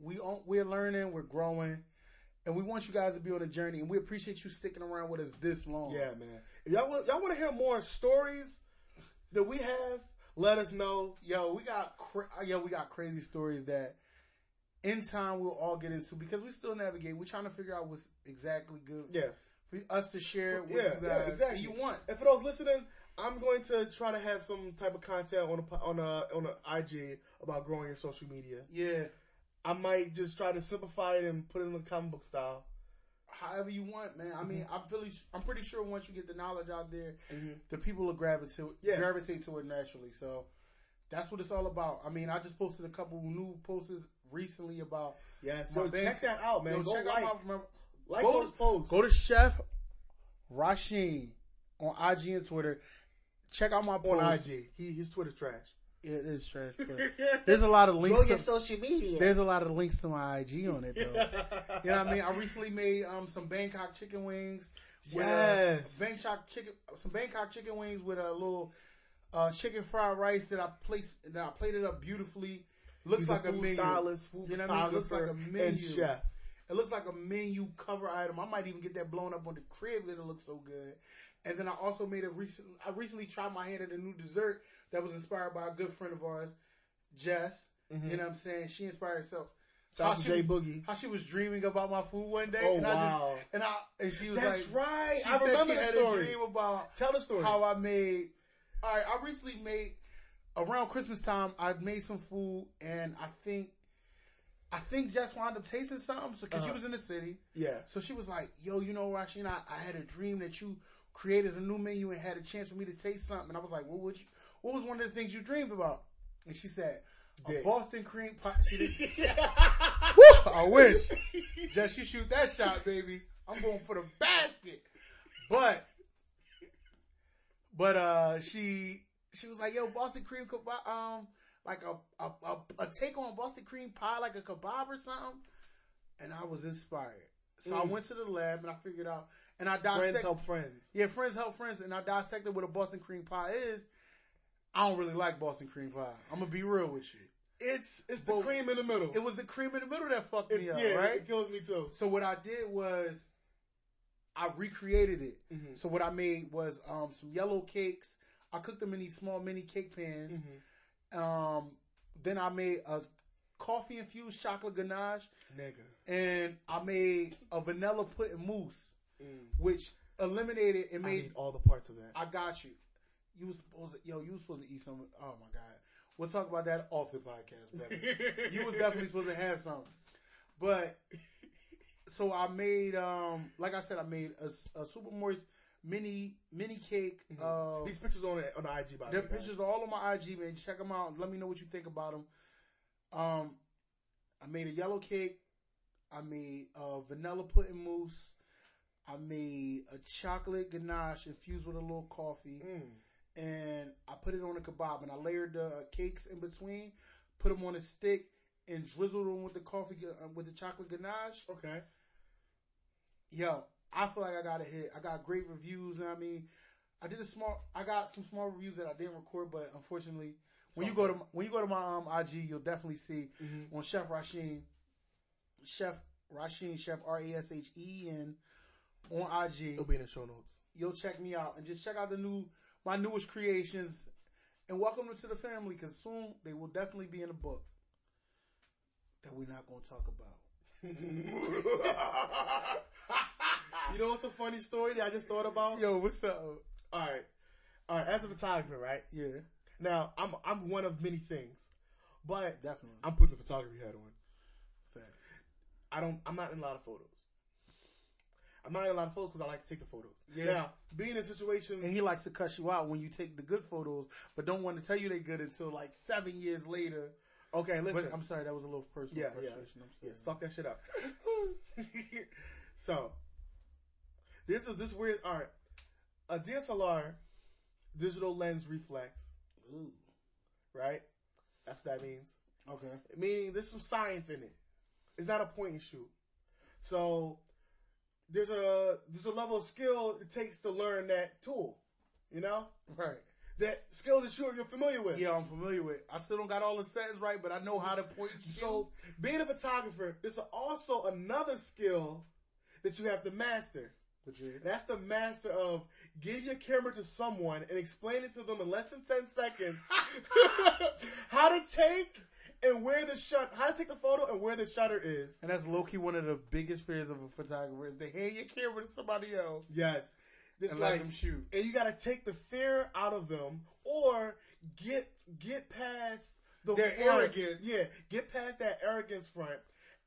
Speaker 6: we on, we're learning, we're growing, and we want you guys to be on a journey, and we appreciate you sticking around with us this long.
Speaker 5: Yeah, man. If y'all want, y'all want to hear more stories that we have, let us know.
Speaker 6: yo, we got cra- yo, we got crazy stories that in time we'll all get into because we still navigate. We're trying to figure out what's exactly good.
Speaker 5: Yeah.
Speaker 6: for us to share with
Speaker 5: yeah,
Speaker 6: you guys.
Speaker 5: yeah, exactly.
Speaker 6: and You want
Speaker 5: And for those listening, I'm going to try to have some type of content on a po- on a on a IG about growing your social media.
Speaker 6: yeah,
Speaker 5: I might just try to simplify it and put it in a comic book style.
Speaker 6: however you want, man. I mean, I'm really, I'm pretty sure once you get the knowledge out there, the people will gravitate,
Speaker 5: Yeah.
Speaker 6: gravitate to it naturally. So, That's what it's all about. I mean, I just posted a couple new posts recently about
Speaker 5: Yeah, so
Speaker 6: my bank-
Speaker 5: check that out, man.
Speaker 6: Yo,
Speaker 5: go
Speaker 6: check
Speaker 5: like,
Speaker 6: out my, my-
Speaker 5: like
Speaker 6: go,
Speaker 5: those posts.
Speaker 6: Go to Chef Rasheen on IG and Twitter. Check out my post.
Speaker 5: on IG. He, his Twitter trash.
Speaker 6: It is trash, but there's a lot of links. to-
Speaker 4: social media.
Speaker 6: there's a lot of links to my IG on it though. you know what I mean? I recently made um some Bangkok chicken wings. with, uh,
Speaker 5: Yes.
Speaker 6: Bangkok chicken, some Bangkok chicken wings with a little uh, chicken fried rice that I placed that I plated up beautifully. Looks
Speaker 5: He's
Speaker 6: like a,
Speaker 5: food
Speaker 6: menu.
Speaker 5: stylist, food
Speaker 6: you know what I mean? It looks like a
Speaker 5: photographer,
Speaker 6: menu.
Speaker 5: and chef.
Speaker 6: It looks like a menu cover item. I might even get that blown up on the crib because it looks so good. And then I also made a recent. I recently tried my hand at a new dessert that was inspired by a good friend of ours, Jess.
Speaker 5: Mm-hmm.
Speaker 6: You know what I'm saying? She inspired herself.
Speaker 5: Shout out to
Speaker 6: she
Speaker 5: J
Speaker 6: was-
Speaker 5: Boogie.
Speaker 6: How she was dreaming about my food one day.
Speaker 5: Oh,
Speaker 6: and I
Speaker 5: wow.
Speaker 6: just, and I and she was
Speaker 5: That's
Speaker 6: like,
Speaker 5: right.
Speaker 6: She
Speaker 5: I
Speaker 6: said
Speaker 5: remember
Speaker 6: she
Speaker 5: the
Speaker 6: had
Speaker 5: story.
Speaker 6: a dream about
Speaker 5: Tell the story.
Speaker 6: how I made. All right, I recently made around Christmas time. I made some food, and I think, I think Jess wound up tasting something. So
Speaker 5: Uh-huh.
Speaker 6: because she was in the city,
Speaker 5: Yeah.
Speaker 6: so she was like, "Yo, you know, Rasheen, I, I had a dream that you created a new menu and had a chance for me to taste something." And I was like, "What would you? What was one of the things you dreamed about?" And she said, "A
Speaker 5: Dick.
Speaker 6: Boston cream pie." She didn't. Woo, I wish. Just you shoot that shot, baby. I'm going for the basket. But, but uh, she she was like, "Yo, Boston cream kebab, um, like a a, a a take on Boston cream pie, like a kebab or something." And I was inspired, so I went to the lab and I figured out, and I dissected.
Speaker 5: Mm. Friends help friends.
Speaker 6: Yeah, friends help friends, and I dissected what a Boston cream pie is. I don't really like Boston cream pie. I'm gonna be real with you.
Speaker 5: It's it's the
Speaker 6: But-
Speaker 5: cream in the middle.
Speaker 6: It was the cream in the middle that fucked
Speaker 5: It-
Speaker 6: me up,
Speaker 5: yeah,
Speaker 6: right?
Speaker 5: It kills me too.
Speaker 6: So what I did was I recreated it. So what I made was um, some yellow cakes. I cooked them in these small mini cake pans. Um, then I made a coffee infused chocolate ganache,
Speaker 5: Nigga.
Speaker 6: and I made a vanilla pudding mousse, which eliminated and
Speaker 5: I
Speaker 6: made
Speaker 5: need all the parts of that.
Speaker 6: I got you. You was supposed to, yo, you was supposed to eat some. Oh my god, we'll talk about that off the podcast. Better. you was definitely supposed to have something, but so I made, um, like I said, I made a, s- a super moist mini mini cake.
Speaker 5: Mm-hmm.
Speaker 6: Uh,
Speaker 5: Mm. These pictures on the, on the IG by the
Speaker 6: their
Speaker 5: way, guys.
Speaker 6: pictures are all on my IG, man. Check them out. Let me know what you think about them. Um, I made a yellow cake. I made uh, vanilla pudding mousse. I made a chocolate ganache infused with a little coffee,
Speaker 5: Mm.
Speaker 6: and I put it on a kebab. And I layered the uh, cakes in between, put them on a stick, and drizzled them with the coffee ga- uh, with the chocolate ganache
Speaker 5: Okay.
Speaker 6: yo, I feel like I got a hit. I got great reviews. You know what I mean, I did a small. I got some small reviews that I didn't record, but unfortunately, when you go to my, when you go to my um, IG, you'll definitely see on Chef Rasheen, Chef Rasheen, Chef R A S H E E N on IG.
Speaker 5: It'll be in the show notes.
Speaker 6: You'll check me out and just check out the new my newest creations and welcome them to the family because soon they will definitely be in a book that we're not going to talk about.
Speaker 5: You know what's a funny story that I just thought about?
Speaker 6: Yo, what's up?
Speaker 5: All right. All right. As a photographer, right?
Speaker 6: Yeah,
Speaker 5: Now, I'm I'm one of many things, but
Speaker 6: definitely.
Speaker 5: I'm putting the photography hat on.
Speaker 6: Facts.
Speaker 5: I don't. I'm not in a lot of photos. I'm not in a lot of photos because I like to take the photos.
Speaker 6: Yeah.
Speaker 5: Now, being in situations,
Speaker 6: And he likes to cut you out when you take the good photos, but don't want to tell you they good until like seven years later.
Speaker 5: okay,
Speaker 6: But
Speaker 5: listen.
Speaker 6: I'm sorry, that was a little personal
Speaker 5: yeah, yeah,
Speaker 6: frustration. I'm
Speaker 5: yeah.
Speaker 6: sorry.
Speaker 5: Suck that shit up. so, this is this weird. All right, a DSLR, digital lens reflex,
Speaker 6: Ooh.
Speaker 5: right? That's what that means.
Speaker 6: Okay.
Speaker 5: meaning there's some science in it. It's not a point and shoot. So there's a there's a level of skill it takes to learn that tool. You know
Speaker 6: Right.
Speaker 5: that skill that you're you're familiar with.
Speaker 6: Yeah, I'm familiar with. I still don't got all the settings right, but I know how to point.
Speaker 5: So being a photographer, there's also another skill that you have to master.
Speaker 6: you,
Speaker 5: And That's the master of give your camera to someone and explain it to them in less than ten seconds how to take and where the shot, how to take the photo and where the shutter is.
Speaker 6: and that's low key one of the biggest fears of a photographer is they hand your camera to somebody else
Speaker 5: Yes. This
Speaker 6: and
Speaker 5: like,
Speaker 6: let them shoot.
Speaker 5: and you gotta take the fear out of them or get get past the
Speaker 6: Their
Speaker 5: front.
Speaker 6: arrogance.
Speaker 5: Yeah, get past that arrogance front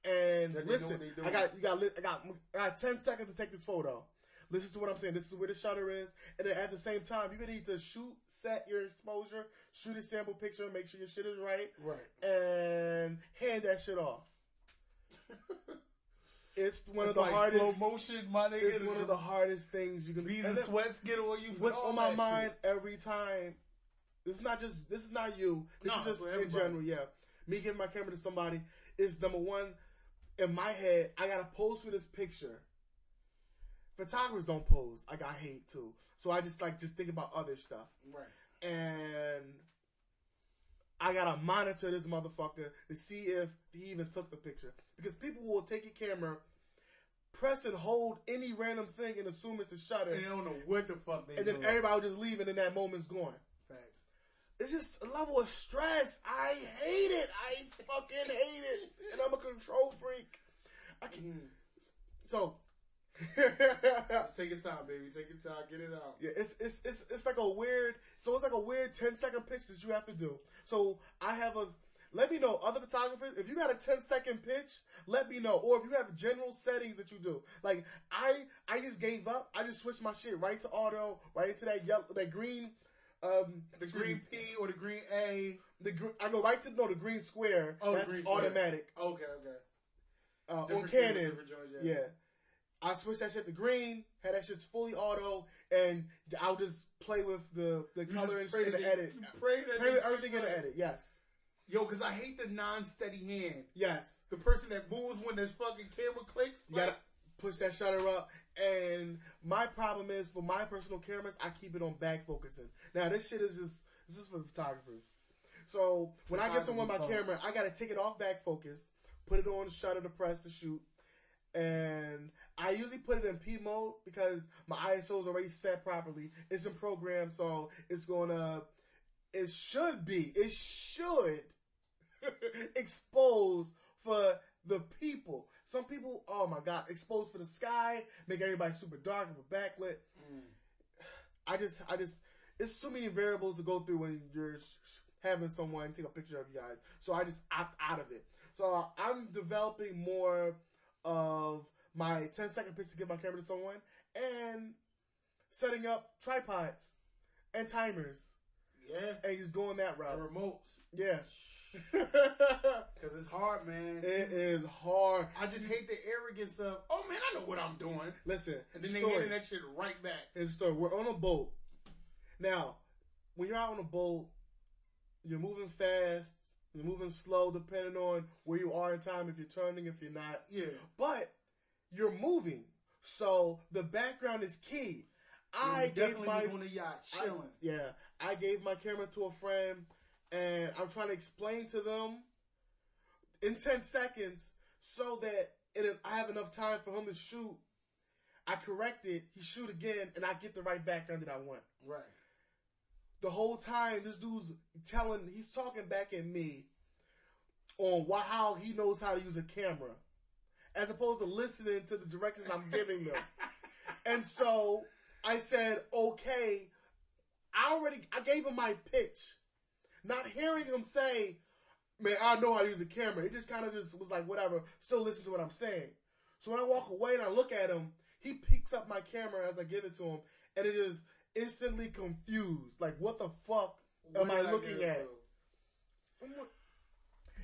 Speaker 5: and
Speaker 6: That they know
Speaker 5: listen.
Speaker 6: what they doing.
Speaker 5: I got you got li- I got I got ten seconds to take this photo. Listen to what I'm saying. This is where the shutter is. And then at the same time, you're gonna need to shoot, set your exposure, shoot a sample picture, and make sure your shit is right.
Speaker 6: Right.
Speaker 5: And hand that shit off. it's one
Speaker 6: It's
Speaker 5: of the
Speaker 6: like
Speaker 5: hardest.
Speaker 6: slow motion, my nigga.
Speaker 5: It's one of the hardest things you can.
Speaker 6: bees
Speaker 5: and
Speaker 6: and
Speaker 5: then
Speaker 6: sweats get on you. for
Speaker 5: What's
Speaker 6: all
Speaker 5: on my
Speaker 6: that
Speaker 5: mind
Speaker 6: shit.
Speaker 5: every time? This is not just. This is not you. This
Speaker 6: No,
Speaker 5: is just
Speaker 6: for
Speaker 5: in
Speaker 6: everybody.
Speaker 5: general. Yeah, me giving my camera to somebody is number one. In my head, I gotta pose for this picture. Photographers don't pose. Like I hate to. So I just like just think about other stuff
Speaker 6: Right.
Speaker 5: and I gotta monitor this motherfucker to see if he even took the picture. Because people will take your camera, press and hold any random thing and assume it's a shutter,
Speaker 6: And they don't know what the fuck they
Speaker 5: and
Speaker 6: do.
Speaker 5: then everybody will just leave and then that moment's gone.
Speaker 6: Facts.
Speaker 5: It's just a level of stress. I hate it. I fucking hate it. And I'm a control freak. I can
Speaker 6: Mm.
Speaker 5: so
Speaker 6: Take your time, baby. Take your time. Get it out.
Speaker 5: Yeah, it's it's it's it's like a weird. So it's like a weird 10 second pitch that you have to do. So I have a. Let me know, other photographers, if you got a 10 second pitch, let me know. Or if you have general settings that you do. Like, I, I just gave up. I just switched my shit right to auto, right into that yellow, that green, um,
Speaker 6: The green P or the green A.
Speaker 5: the green, I go right to, no, the green square.
Speaker 6: Oh, the
Speaker 5: that's
Speaker 6: green square. Oh,
Speaker 5: automatic,
Speaker 6: Okay, okay.
Speaker 5: uh, on
Speaker 6: Different-
Speaker 5: Canon.
Speaker 6: different joints,
Speaker 5: Yeah. I switched that shit to green, had that shit fully auto, and I'll just play with the,
Speaker 6: You
Speaker 5: the
Speaker 6: just
Speaker 5: color and
Speaker 6: pray
Speaker 5: shit
Speaker 6: that
Speaker 5: in the
Speaker 6: it-
Speaker 5: edit.
Speaker 6: You pray that
Speaker 5: Pray
Speaker 6: it-
Speaker 5: with everything in the edit, yes.
Speaker 6: Yo, because I hate the non-steady hand.
Speaker 5: Yes.
Speaker 6: The person that moves when this fucking camera clicks.
Speaker 5: You gotta
Speaker 6: like-
Speaker 5: push that shutter up. And my problem is for my personal cameras, I keep it on back focusing. Now this shit is just this is for photographers. So when I get someone my
Speaker 6: Photography talk.
Speaker 5: camera, I gotta take it off back focus, put it on shutter to press to shoot. And I usually put it in P mode because my ISO is already set properly. It's in program, so it's gonna it should be, it should expose for the people. Some people, oh my god, expose for the sky, make everybody super dark and backlit. I just, I just, it's too many variables to go through when you're sh- sh- having someone take a picture of you guys. So I just opt out of it. So I'm developing more of my 10 second pitch to give my camera to someone and setting up tripods and timers
Speaker 6: yeah.
Speaker 5: and just going that
Speaker 6: The
Speaker 5: route.
Speaker 6: remotes.
Speaker 5: Yeah.
Speaker 6: Because it's hard, man.
Speaker 5: it is hard.
Speaker 6: I just hate the arrogance of, oh man, I know what I'm doing.
Speaker 5: Listen,
Speaker 6: And then they
Speaker 5: story.
Speaker 6: handing that shit right back.
Speaker 5: Here's the story. We're on a boat. Now, when you're out on a boat, you're moving fast, you're moving slow, depending on where you are in time, if you're turning, if you're not.
Speaker 6: Yeah.
Speaker 5: But you're moving. So the background is key. I
Speaker 6: I
Speaker 5: gave
Speaker 6: definitely
Speaker 5: my
Speaker 6: was on the yacht chilling.
Speaker 5: I- yeah, I gave my camera to a friend, and I'm trying to explain to them in ten seconds so that it, I have enough time for him to shoot. I correct it, he shoot again, and I get the right background that I want.
Speaker 6: right.
Speaker 5: The whole time, this dude's telling, he's talking back at me on why, how he knows how to use a camera, as opposed to listening to the directions I'm giving them. and so I said, okay, I already, I gave him my pitch. Not hearing him say, man, I know how to use a camera. It just kind of just was like, whatever, still listen to what I'm saying. So when I walk away and I look at him, he picks up my camera as I give it to him, and it is instantly confused. Like, what the fuck am
Speaker 6: What
Speaker 5: I
Speaker 6: did
Speaker 5: looking
Speaker 6: do?
Speaker 5: at?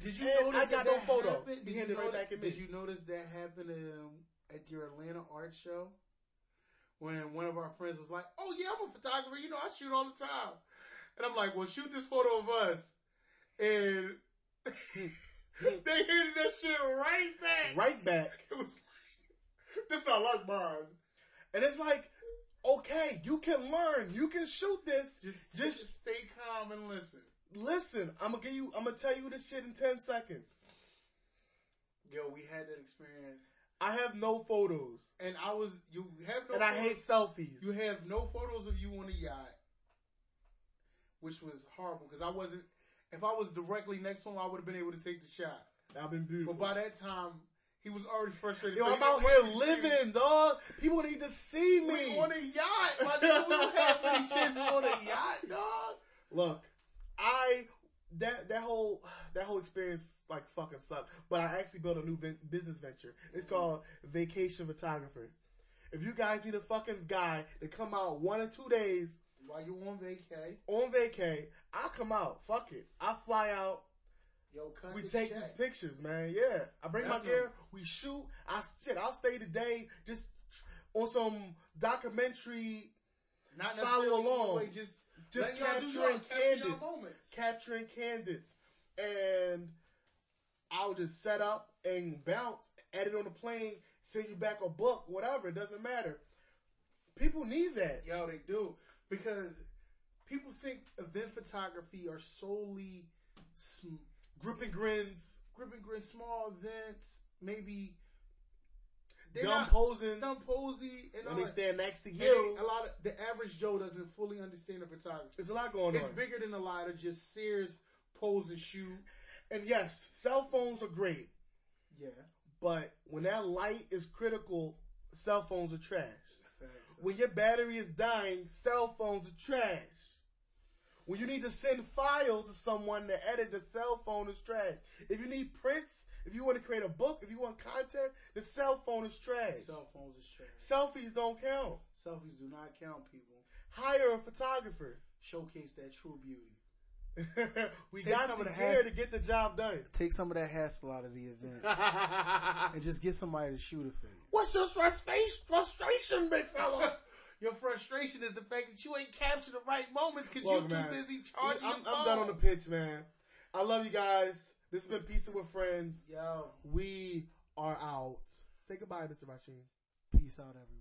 Speaker 6: Did you
Speaker 5: And
Speaker 6: notice
Speaker 5: I
Speaker 6: that
Speaker 5: got no
Speaker 6: that
Speaker 5: photo.
Speaker 6: happened?
Speaker 5: He
Speaker 6: Did, you
Speaker 5: handed it
Speaker 6: know,
Speaker 5: right back at me.
Speaker 6: did you notice that happened um, at your Atlanta art show? When one of our friends was like, "Oh yeah, I'm a photographer. You know, I shoot all the time," and I'm like, "Well, shoot this photo of us," and they handed that shit right back.
Speaker 5: Right back.
Speaker 6: It was like, "This not like mine."
Speaker 5: And it's like, okay, you can learn. You can shoot this.
Speaker 6: Just,
Speaker 5: Just-
Speaker 6: just, stay calm and listen.
Speaker 5: Listen, I'm gonna give you. I'm gonna tell you this shit in ten seconds.
Speaker 6: Yo, we had that experience,
Speaker 5: I have no photos,
Speaker 6: and I was you have no.
Speaker 5: and I
Speaker 6: photo-
Speaker 5: hate selfies.
Speaker 6: You have no photos of you on the yacht, which was horrible because I wasn't. If I was directly next to him, I would have been able to take the shot.
Speaker 5: I've been beautiful.
Speaker 6: But by that time, he was already frustrated.
Speaker 5: Yo,
Speaker 6: so
Speaker 5: I'm out
Speaker 6: he-
Speaker 5: here living, dog. People need to see me.
Speaker 6: We on a yacht. My nigga, we don't have many chances on a yacht, dog.
Speaker 5: Look, I that that whole that whole experience like fucking sucked. But I actually built a new ven- business venture. It's called Vacation Photographer. If you guys need a fucking guy to come out one or two days
Speaker 6: While you on vacay,
Speaker 5: on vacay, I'll come out. Fuck it. I fly out.
Speaker 6: yo, cut
Speaker 5: We
Speaker 6: the
Speaker 5: take
Speaker 6: check.
Speaker 5: these pictures, man. Yeah. I bring my
Speaker 6: Definitely.
Speaker 5: gear. We shoot. I shit. I'll stay today just on some documentary
Speaker 6: Not
Speaker 5: follow
Speaker 6: necessarily either
Speaker 5: along.
Speaker 6: way, just
Speaker 5: just
Speaker 6: let y'all do y'all,
Speaker 5: capturing
Speaker 6: capture y'all
Speaker 5: candidates,
Speaker 6: moments.
Speaker 5: capturing candidates, and I'll just set up and bounce, edit on the plane, send you back a book, whatever. It doesn't matter. People need that.
Speaker 6: Yo, they do because people think event photography are solely sm-
Speaker 5: Group and grins,
Speaker 6: grip and grin, small events, maybe they're
Speaker 5: dumb
Speaker 6: not-
Speaker 5: posing
Speaker 6: dumb posy, and all
Speaker 5: when they
Speaker 6: that.
Speaker 5: stand next to
Speaker 6: And they-
Speaker 5: you.
Speaker 6: a lot of the average Joe doesn't fully understand the photography.
Speaker 5: There's a lot going
Speaker 6: It's
Speaker 5: on.
Speaker 6: bigger than a lot of just Sears pose and shoot.
Speaker 5: And yes, cell phones are great,
Speaker 6: Yeah,
Speaker 5: but when that light is critical, cell phones are trash.
Speaker 6: facts.
Speaker 5: When your battery is dying, cell phones are trash. When you need to send files to someone to edit, the cell phone is trash. If you need prints, if you want to create a book, if you want content, the cell phone is trash.
Speaker 6: Cell phones is trash.
Speaker 5: Selfies don't count.
Speaker 6: Selfies do not count, people.
Speaker 5: Hire a photographer.
Speaker 6: Showcase that true beauty.
Speaker 5: we
Speaker 6: Take
Speaker 5: got
Speaker 6: some of
Speaker 5: to be
Speaker 6: the
Speaker 5: here
Speaker 6: hats-
Speaker 5: to get the job done.
Speaker 6: Take some of that hassle out of the event and just get somebody to shoot it for you.
Speaker 5: What's your frustration, frustration big fella?
Speaker 6: Your frustration is the fact that you ain't captured the right moments because
Speaker 5: Look,
Speaker 6: you're too
Speaker 5: man,
Speaker 6: busy charging
Speaker 5: I'm,
Speaker 6: your phone.
Speaker 5: I'm done on the pitch, man. I love you guys. This has been Pizza with Friends.
Speaker 6: Yo,
Speaker 5: We are out. Say goodbye, Mr. Rashid.
Speaker 6: peace out, everyone.